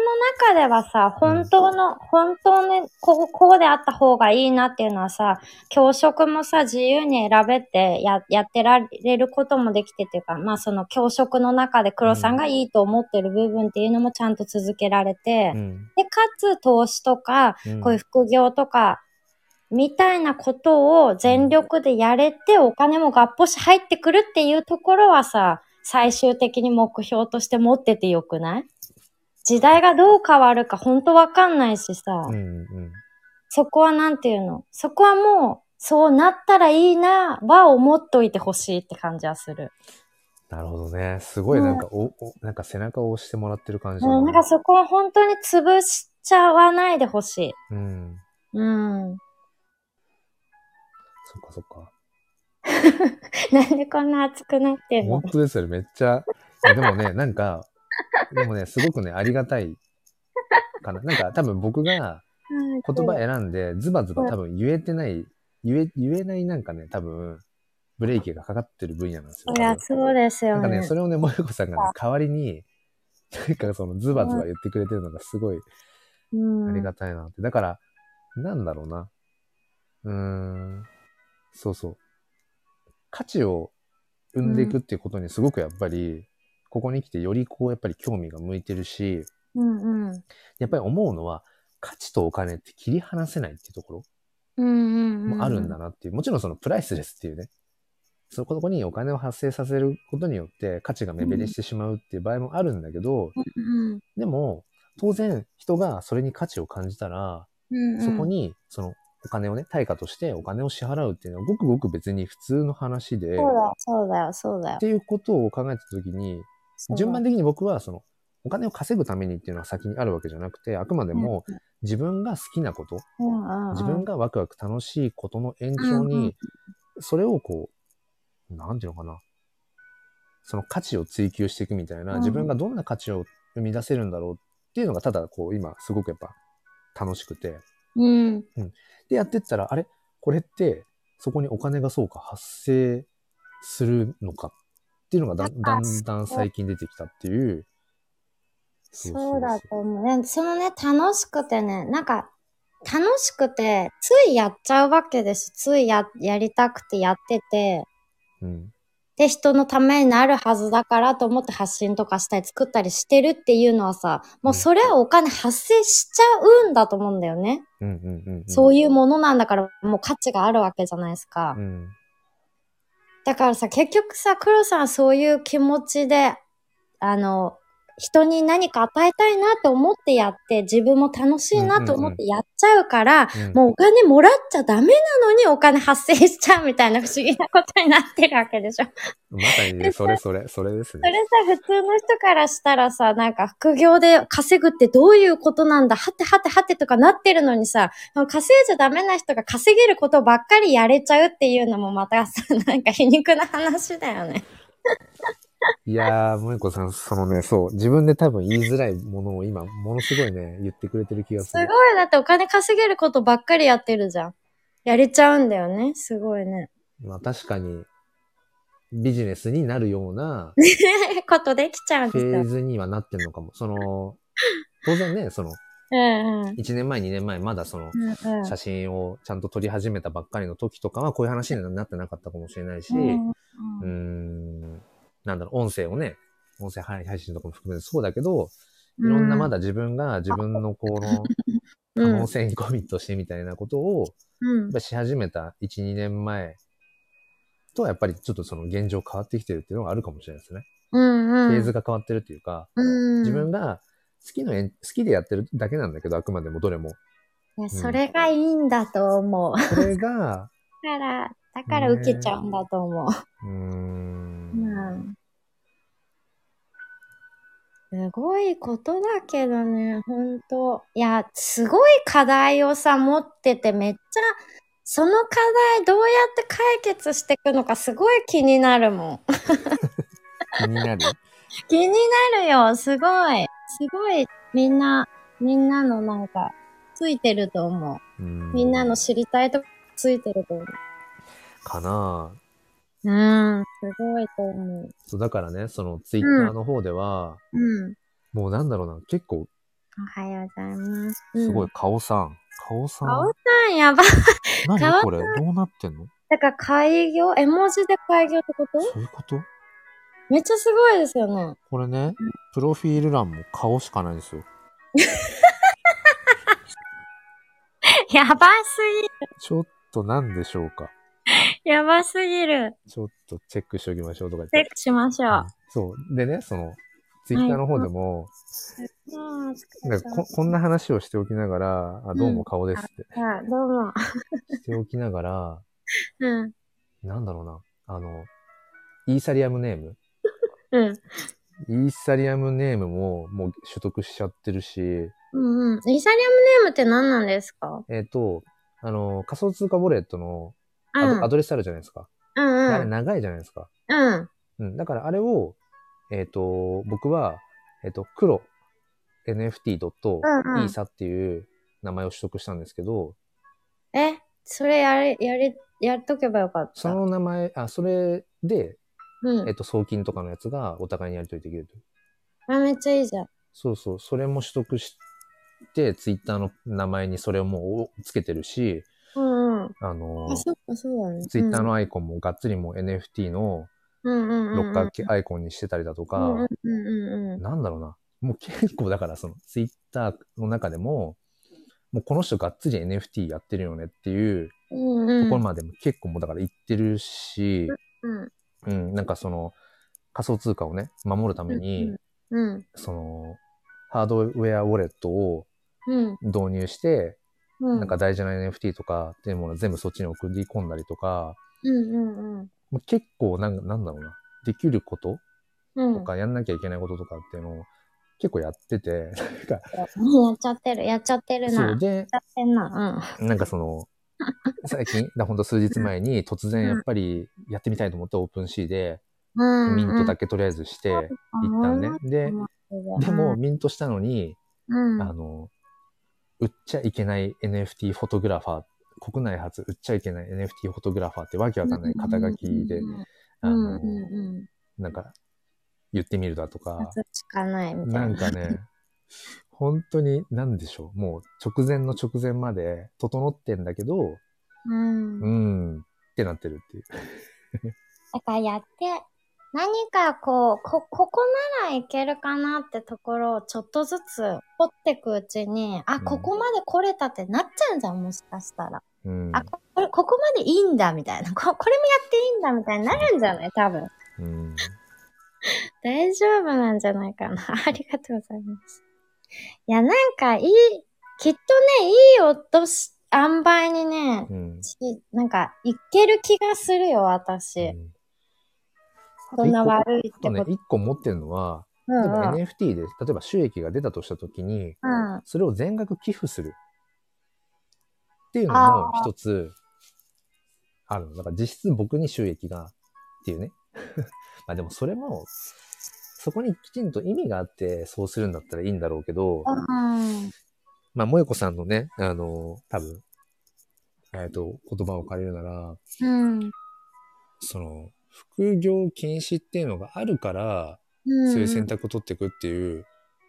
[SPEAKER 1] 中ではさ、本当の、本当にこう、こうであった方がいいなっていうのはさ、教職もさ、自由に選べてや、やってられることもできてっていうか、まあその教職の中で黒さんがいいと思ってる部分っていうのもちゃんと続けられて、
[SPEAKER 2] うん
[SPEAKER 1] で、かつ投資とか、
[SPEAKER 2] うん
[SPEAKER 1] こういう副業とか、みたいなことを全力でやれて、お金もがっぽし入ってくるっていうところはさ、最終的に目標として持っててよくない時代がどう変わるかほんとわかんないしさ、
[SPEAKER 2] うんうん
[SPEAKER 1] そこはなんていうのそこはもう、そうなったらいいな、は思っといてほしいって感じはする。
[SPEAKER 2] なるほどね。すごい
[SPEAKER 1] ね
[SPEAKER 2] なんか、お、お、なんか背中を押してもらってる感じだ
[SPEAKER 1] うん、なんかそこは本当に潰しちゃわないでほしい。
[SPEAKER 2] うん。
[SPEAKER 1] うん。
[SPEAKER 2] そっかそっか。
[SPEAKER 1] なんでこんな熱くなってんの
[SPEAKER 2] 本当ですよね。めっちゃ。いやでもね、なんか、でもね、すごくね、ありがたいかな。なんか多分僕が言葉選んで、ズバズバ多分言えてない、言え、言えないなんかね、多分、ブレーキがかかってる分野なんですよ。
[SPEAKER 1] いや、
[SPEAKER 2] 多分
[SPEAKER 1] そうです
[SPEAKER 2] な
[SPEAKER 1] よ
[SPEAKER 2] ん
[SPEAKER 1] ね。
[SPEAKER 2] かね、それをね、もゆこさんがね、代わりに、なんかそのズバズバ言ってくれてるのがすごい
[SPEAKER 1] うん
[SPEAKER 2] ありがたいなって。だから、なんだろうな。うーん。そうそう。価値を生んでいくっていうことにすごくやっぱり、ここに来てよりこうやっぱり興味が向いてるし、
[SPEAKER 1] うんうん。
[SPEAKER 2] やっぱり思うのは、価値とお金って切り離せないっていうところ
[SPEAKER 1] うんうん。
[SPEAKER 2] もあるんだ。なっていう。もちろんそのプライスレスっていうね。そここにお金を発生させることによって価値が目減りしてしまうっていう場合もあるんだけど、
[SPEAKER 1] うん
[SPEAKER 2] でも、当然人がそれに価値を感じたら、
[SPEAKER 1] うん。
[SPEAKER 2] そこ。に、その、お金をね、対価としてお金を支払うっていうのは、ごくごく別に普通の話で、っ
[SPEAKER 1] そうだ、そうだよ、そうだよ
[SPEAKER 2] て。いうことを考えたときに、順番
[SPEAKER 1] で。
[SPEAKER 2] 的に僕は、その、お金を稼ぐためにっていうのは先にあるわけじゃなくて、あくまでも自分が好きなこと、
[SPEAKER 1] うんうん。
[SPEAKER 2] 自分がワクワク楽しいことの延長
[SPEAKER 1] うんう
[SPEAKER 2] に
[SPEAKER 1] ん、
[SPEAKER 2] それをこう、なんていうのかな、その価値を追求していくみたい
[SPEAKER 1] うん
[SPEAKER 2] な、自分がどんな価値を生み出せるんだろうっていうのが、ただこう、今、すごくやっぱ、楽しくて、
[SPEAKER 1] うん。
[SPEAKER 2] でやってったら、あれこれって、そこにお金がそうか発生するのかっていうのがだだ
[SPEAKER 1] あ
[SPEAKER 2] んだん
[SPEAKER 1] そう
[SPEAKER 2] 最近出てきたっていう。
[SPEAKER 1] そうだと思う。ねそのね、楽しくてね、なんか、楽しくて、ついやっちゃうわけです。ついや、やりたくてやってて、
[SPEAKER 2] うん。
[SPEAKER 1] で、人のためになるはずだからと思って発信とかしたり作ったりしてるっていうのはさ、もうそれはお金発生しちゃうんだと思うんだよね。
[SPEAKER 2] うんうんうん、うん。
[SPEAKER 1] そう
[SPEAKER 2] い
[SPEAKER 1] いうものなんだから、もう価値があるわけじゃないですか。
[SPEAKER 2] うん。
[SPEAKER 1] だからさ、結局さ、黒さんはそういう気持ちで、あの、人に何か与えたいなって思ってやって、自分も楽しいなと思ってやっちゃうから、
[SPEAKER 2] うん、
[SPEAKER 1] もうお金もらっちゃダメなのにお金発生しちゃうみたいな不思議なことになってるわけでしょ。
[SPEAKER 2] まさにね、それそれ、それです
[SPEAKER 1] それ
[SPEAKER 2] ね。
[SPEAKER 1] さ、普通の人からしたらさ、なんか副業で稼ぐってどういうことなんだはてはてはてとかなってるのにさ、稼いじゃダメな人が稼げることばっかりやれちゃうっていうのもまたさ、 なんか皮肉な話だよね。
[SPEAKER 2] いやー、萌子さん、そのね、そう、自分で多分言いづらいものを今、ものすごいね、言ってくれてる気が
[SPEAKER 1] す
[SPEAKER 2] す
[SPEAKER 1] ごい
[SPEAKER 2] る。、
[SPEAKER 1] だってお金稼げることばっかりやってるじゃん。やれちゃうんだよね。すごいね。
[SPEAKER 2] まあ確かに、ビジネスになるような、
[SPEAKER 1] ことできちゃうん
[SPEAKER 2] フ
[SPEAKER 1] です
[SPEAKER 2] ェー
[SPEAKER 1] よ。
[SPEAKER 2] ズにはなってんのかも。その、当然ね、その、
[SPEAKER 1] うんうん。
[SPEAKER 2] 1年前、2年前、まだその、
[SPEAKER 1] うんうん
[SPEAKER 2] 写真をちゃんと撮り始めたばっかりの時とかは、こういう話にはなってなかったかもしれないし、
[SPEAKER 1] うん
[SPEAKER 2] うー
[SPEAKER 1] うん
[SPEAKER 2] ん、なんだろう、音声をね、音声配信とかも含めてそうだけど、いろんなまだ自分が自分のこの可
[SPEAKER 1] うん
[SPEAKER 2] 能性にコミットしてみたいなことを、
[SPEAKER 1] うん
[SPEAKER 2] やっぱし始めた1、2年前とはやっぱりちょっとその現状変わってきてるっていうのがあるかもしれないですね。
[SPEAKER 1] うん
[SPEAKER 2] フ
[SPEAKER 1] うん。
[SPEAKER 2] ェーズが変わってるっていうか、
[SPEAKER 1] うん。
[SPEAKER 2] 自分が好きのえん、好きでやってるだけなんだけど、あくまでもどれも。
[SPEAKER 1] いや、それがいいんだと思う。だ
[SPEAKER 2] それが、
[SPEAKER 1] から、だから受けちゃうんだと思う。
[SPEAKER 2] うーん。
[SPEAKER 1] うん。すごいことだけどね、ほんと。いや、すごい課題をさ、持っててめっちゃ、その課題どうやって解決していくのかすごい気になるもん。
[SPEAKER 2] 気になる。
[SPEAKER 1] 気になるよ、すごい。すごい、みんな、みんなのなんか、ついてると思う。み
[SPEAKER 2] み
[SPEAKER 1] んなの知りたいとこついてると思う。
[SPEAKER 2] かなぁ
[SPEAKER 1] うん、すごいと思う。
[SPEAKER 2] そう、だからね、そのツイッターの方では、
[SPEAKER 1] うん。
[SPEAKER 2] もうなんだろうな、結構、
[SPEAKER 1] おはようございます。
[SPEAKER 2] すご
[SPEAKER 1] う
[SPEAKER 2] い
[SPEAKER 1] ん。、
[SPEAKER 2] カオさん。カオさ
[SPEAKER 1] 顔
[SPEAKER 2] ん。
[SPEAKER 1] さんやばい。
[SPEAKER 2] 何
[SPEAKER 1] 顔
[SPEAKER 2] これどうなってんの
[SPEAKER 1] だから開業絵文字で開業ってこと
[SPEAKER 2] そういうこと
[SPEAKER 1] めっちゃすごいですよね。
[SPEAKER 2] これね、プロフィール欄も顔しかないんですよ。
[SPEAKER 1] やばす
[SPEAKER 2] ちょっとなんでしょうか。
[SPEAKER 1] ぎ、やばすぎる。
[SPEAKER 2] ちょっとチェックしておきましょうとか
[SPEAKER 1] チェ
[SPEAKER 2] 言
[SPEAKER 1] ッ
[SPEAKER 2] って。
[SPEAKER 1] クしましょう。
[SPEAKER 2] そう。でね、その、ツイッターの方でも、
[SPEAKER 1] うん、
[SPEAKER 2] なんかここんな話をしておきながら、あ、どうも顔ですって、
[SPEAKER 1] じゃあ、どうも。
[SPEAKER 2] しておきながら、
[SPEAKER 1] うん。
[SPEAKER 2] なんだろうな、あの、イーサリアムネーム
[SPEAKER 1] うん。
[SPEAKER 2] イーサリアムネームももう取得しちゃってるし、
[SPEAKER 1] うんうん。イーサリアムネームって何なんですか
[SPEAKER 2] えっ、と、あの、仮想通貨ウォレットの
[SPEAKER 1] う
[SPEAKER 2] アド,、
[SPEAKER 1] ん。
[SPEAKER 2] アドレスあるじゃないですか。
[SPEAKER 1] うん
[SPEAKER 2] で
[SPEAKER 1] う
[SPEAKER 2] あれ
[SPEAKER 1] ん。
[SPEAKER 2] 長いじゃないですか。
[SPEAKER 1] うん。
[SPEAKER 2] うん。だからあれを、えっ、と、僕は、えっ、と、黒 NFT.isa っていう名前を取得したんですけど、
[SPEAKER 1] え、それやれ、やれ、やっとけばよかった。
[SPEAKER 2] その名前、あ、それで、
[SPEAKER 1] うん
[SPEAKER 2] えっ、。と、送金とかのやつがお互いにやりとりできると。
[SPEAKER 1] あ、めっちゃいいじゃん。
[SPEAKER 2] そうそう、それも取得して、ツイッターの名前にそれをもうつけてるし、
[SPEAKER 1] うんうん。
[SPEAKER 2] あの
[SPEAKER 1] あ、、そっか、そうだね。
[SPEAKER 2] ツイッターのアイコンもがっつりもう NFT の
[SPEAKER 1] うんうんうんうん。
[SPEAKER 2] 六角形アイコンにしてたりだ
[SPEAKER 1] うんう
[SPEAKER 2] と
[SPEAKER 1] ん
[SPEAKER 2] か、
[SPEAKER 1] うんうん。
[SPEAKER 2] なんだろうな。もう結構だからそのツイッターの中でも、もうこの人がっつり NFT やってるよねっていう
[SPEAKER 1] うん
[SPEAKER 2] と
[SPEAKER 1] うん。
[SPEAKER 2] ころまでも結構もうだから言ってるし、
[SPEAKER 1] うん
[SPEAKER 2] うん、なんかその仮想通貨をね、守るために、
[SPEAKER 1] うん。
[SPEAKER 2] そのハードウェアウォレットを
[SPEAKER 1] うん。
[SPEAKER 2] 導入して、
[SPEAKER 1] うん。
[SPEAKER 2] なんか大事な NFT とかっていうものを全部そっちに送り込んだりとか、
[SPEAKER 1] うんうんうん。
[SPEAKER 2] もう結構なんなんだろうな。できること
[SPEAKER 1] うん。
[SPEAKER 2] とかやんなきゃいけないこととかっていうのを結構やってて、なんか、
[SPEAKER 1] やっちゃってる、やっちゃってるな。
[SPEAKER 2] そ
[SPEAKER 1] や
[SPEAKER 2] う
[SPEAKER 1] っち
[SPEAKER 2] で、
[SPEAKER 1] ゃってんな。
[SPEAKER 2] なんかその、最近、だほんと数日前に突然やっぱりやってみたいと思ってオープンシーで、
[SPEAKER 1] うん。うん。
[SPEAKER 2] ミントだけとりあえずして、一旦ね。で、
[SPEAKER 1] うん。
[SPEAKER 2] でも、ミントしたのに、
[SPEAKER 1] うん、
[SPEAKER 2] あの、売っちゃいけない NFT フォトグラファー、国内初売っちゃいけない NFT フォトグラファーってわけわかんない肩書きで
[SPEAKER 1] う、ん
[SPEAKER 2] あの、
[SPEAKER 1] うんうん。
[SPEAKER 2] なんか、言ってみるだとか、
[SPEAKER 1] そっちかないみた
[SPEAKER 2] ないん
[SPEAKER 1] な。
[SPEAKER 2] かね、本当に何でしょう。もう直前の直前まで整ってんだけど、
[SPEAKER 1] うん。だ
[SPEAKER 2] うん、ってなってるっていう。
[SPEAKER 1] からやって、何かこう、こ、ここならいけるかなってところをちょっとずつ掘ってくうちに、あ、ここまで来れたってなっちゃうんじゃん、もしかしたら。
[SPEAKER 2] うん。
[SPEAKER 1] あ、こ これ、ここまでいいんだ、みたいな。 こ、これもやっていいんだ、みたいになるんじゃない多分。
[SPEAKER 2] うん、
[SPEAKER 1] 大丈夫なんじゃないかな。 ありがとうございます。いや、なんかいい、きっとね、いい音し、塩梅にね
[SPEAKER 2] う、ん。
[SPEAKER 1] しなんか、いける気がするよ、
[SPEAKER 2] う
[SPEAKER 1] 私。
[SPEAKER 2] ん
[SPEAKER 1] そんな悪いっ
[SPEAKER 2] あ
[SPEAKER 1] て
[SPEAKER 2] とね、
[SPEAKER 1] こと。
[SPEAKER 2] 一個持ってるのは、
[SPEAKER 1] う
[SPEAKER 2] 例え
[SPEAKER 1] ん
[SPEAKER 2] ば
[SPEAKER 1] うん
[SPEAKER 2] NFT で、例えば収益が出たとしたときに、
[SPEAKER 1] うん
[SPEAKER 2] それを全額寄付する。っていうのも
[SPEAKER 1] あ
[SPEAKER 2] 一つ、あるの。だから実質僕に収益が、っていうね。 まあでもそれも、そこにきちんと意味があってそうするんだったらいいんだろうけど、
[SPEAKER 1] うん。
[SPEAKER 2] まあ、萌子さんのね、あの、多分、えっ、と、言葉を借りるなら、
[SPEAKER 1] うん。
[SPEAKER 2] その、副業禁止っていうのがあるから、
[SPEAKER 1] うん。
[SPEAKER 2] そういう選択を取っていくっていう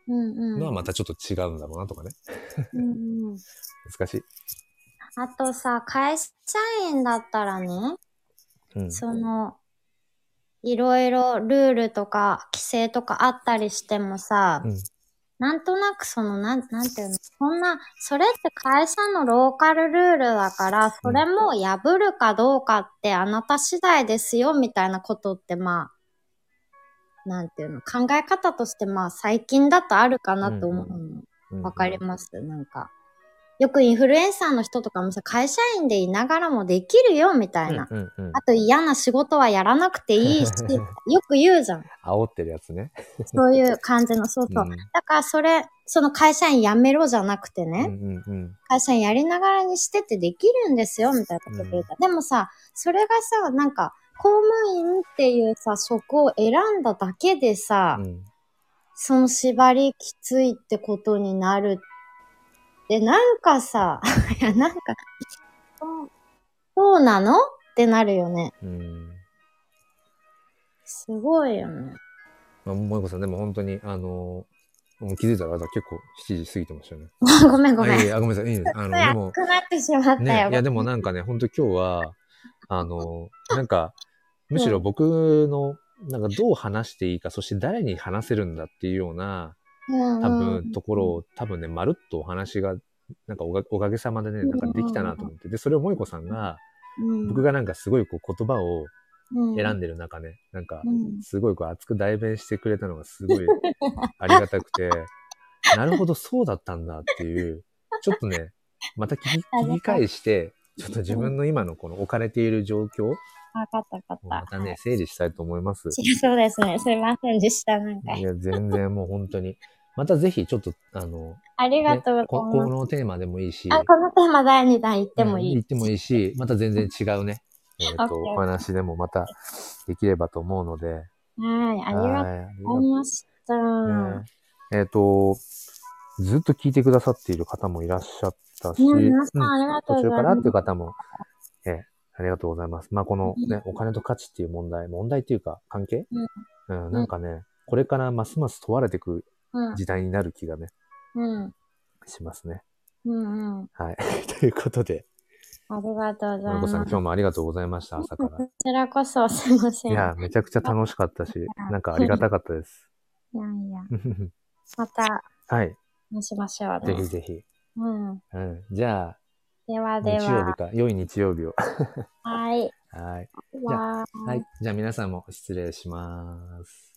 [SPEAKER 1] うんうん。
[SPEAKER 2] のはまたちょっと違うんだろうなとかね。
[SPEAKER 1] うんうん
[SPEAKER 2] 難しい。
[SPEAKER 1] あとさ、会社員だったらね、
[SPEAKER 2] うん。
[SPEAKER 1] その、いろいろルールとか規制とかあったりしてもさ、
[SPEAKER 2] うん
[SPEAKER 1] なんとなくその、なん、なんていうの、そんな、それって会社のローカルルールだから、それも破るかどうかってあなた次第ですよ、みたいなことって、まあ、なんていうの、考え方として、まあ、最近だとあるかなと思うの。
[SPEAKER 2] ううん
[SPEAKER 1] わかります、なんか。よくインフルエンサーの人とかもさ、会社員でいながらもできるよ、みたいな。
[SPEAKER 2] うんうんうん
[SPEAKER 1] あと嫌な仕事はやらなくてい いし、よく言うじゃん。
[SPEAKER 2] 煽ってるやつね。
[SPEAKER 1] そういう感じの、そうそう。
[SPEAKER 2] うん
[SPEAKER 1] だからそれ、その会社員辞めろじゃなくてね、
[SPEAKER 2] うんうんうん
[SPEAKER 1] 会社員やりながらにしてってできるんですよ、みたいなこと言った。でもさ、それがさ、なんか、公務員っていうさ、職を選んだだけでさ、
[SPEAKER 2] うん
[SPEAKER 1] その縛りきついってことになる。で、なんかさ、 いや、なんか、そうそうなのってなるよね。
[SPEAKER 2] うん
[SPEAKER 1] すごいよ ね。
[SPEAKER 2] まあ、萌子さん、でも本当に、あのーもう気づいたら、あなた結構7時過ぎてましたよね。
[SPEAKER 1] ごめんごめ
[SPEAKER 2] あいえ
[SPEAKER 1] ん。
[SPEAKER 2] いえあごめんなさい。いいです。あの、で
[SPEAKER 1] 熱
[SPEAKER 2] も、
[SPEAKER 1] くなってしまったよ。
[SPEAKER 2] ね、いや、でもなんかね、本当今日は、あのーなんか、むしろ僕の、なんかどう話していいか、そして誰に話せるんだっていうような、
[SPEAKER 1] うんうん、
[SPEAKER 2] 多分、ところを、多分ね、まるっとお話が、なんかおかおかげさまでね、なんかできたなと思って。で、それを萌子さんが、
[SPEAKER 1] うん、
[SPEAKER 2] 僕がなんかすごいこう言葉を選ん
[SPEAKER 1] で、
[SPEAKER 2] でる中ね、なんか、
[SPEAKER 1] うん
[SPEAKER 2] すごいこう熱く代弁してくれたのが すごいありがたくて、なるほど、そうだったんだっていう、ちょっとね、また聞き聞き返して、ちょっと自分の今のこの置かれている状況を
[SPEAKER 1] わかったわかった。
[SPEAKER 2] またね、整理したいと思います。
[SPEAKER 1] 違う。そうですね。すいませんでした。なんか
[SPEAKER 2] い、や、全然もう本当に。またぜひちょっと、あの、
[SPEAKER 1] ありが
[SPEAKER 2] ね
[SPEAKER 1] とうご
[SPEAKER 2] こ
[SPEAKER 1] ざい
[SPEAKER 2] こ
[SPEAKER 1] ます。
[SPEAKER 2] のテーマでもいいし、
[SPEAKER 1] あ、このテーマ第2弾言ってもいい、
[SPEAKER 2] うん言ってもいいし、また全然違うね、えっ、と、
[SPEAKER 1] OK
[SPEAKER 2] お話でもまたできればと思うので、
[SPEAKER 1] はい。ありがと
[SPEAKER 2] はいあり
[SPEAKER 1] うございました。
[SPEAKER 2] ねえっ、と、ずっと聞いてくださっている方もいらっしゃったし、
[SPEAKER 1] ね皆さん
[SPEAKER 2] うん
[SPEAKER 1] ありがとうござ
[SPEAKER 2] 途中
[SPEAKER 1] います
[SPEAKER 2] からっていう方も、ええありがとうございます。まあ、このね、お金と価値っていう問題、問題っていうか関係、うんなんかね、これからますます問われてく
[SPEAKER 1] うん。
[SPEAKER 2] 時代になる気がね、
[SPEAKER 1] うん。
[SPEAKER 2] しますね。
[SPEAKER 1] うん。うん。
[SPEAKER 2] はい。 ということで、
[SPEAKER 1] ありがとうござい
[SPEAKER 2] のり
[SPEAKER 1] ま
[SPEAKER 2] こ
[SPEAKER 1] す。
[SPEAKER 2] さん今日もありがとうございました、朝から。
[SPEAKER 1] こちらこそすいません。
[SPEAKER 2] いや、めちゃくちゃ楽しかったし、なんかありがたかっ たです。
[SPEAKER 1] いやいや。また、
[SPEAKER 2] はい。
[SPEAKER 1] 話しましょう
[SPEAKER 2] ぜ
[SPEAKER 1] ね
[SPEAKER 2] ひ。ぜひ。
[SPEAKER 1] うん。
[SPEAKER 2] うん。じゃあ、
[SPEAKER 1] では
[SPEAKER 2] 日
[SPEAKER 1] で
[SPEAKER 2] 曜日
[SPEAKER 1] は。
[SPEAKER 2] か。良い日曜日を。
[SPEAKER 1] はい。
[SPEAKER 2] はい。
[SPEAKER 1] わー
[SPEAKER 2] はい。じゃあ皆さんも失礼します。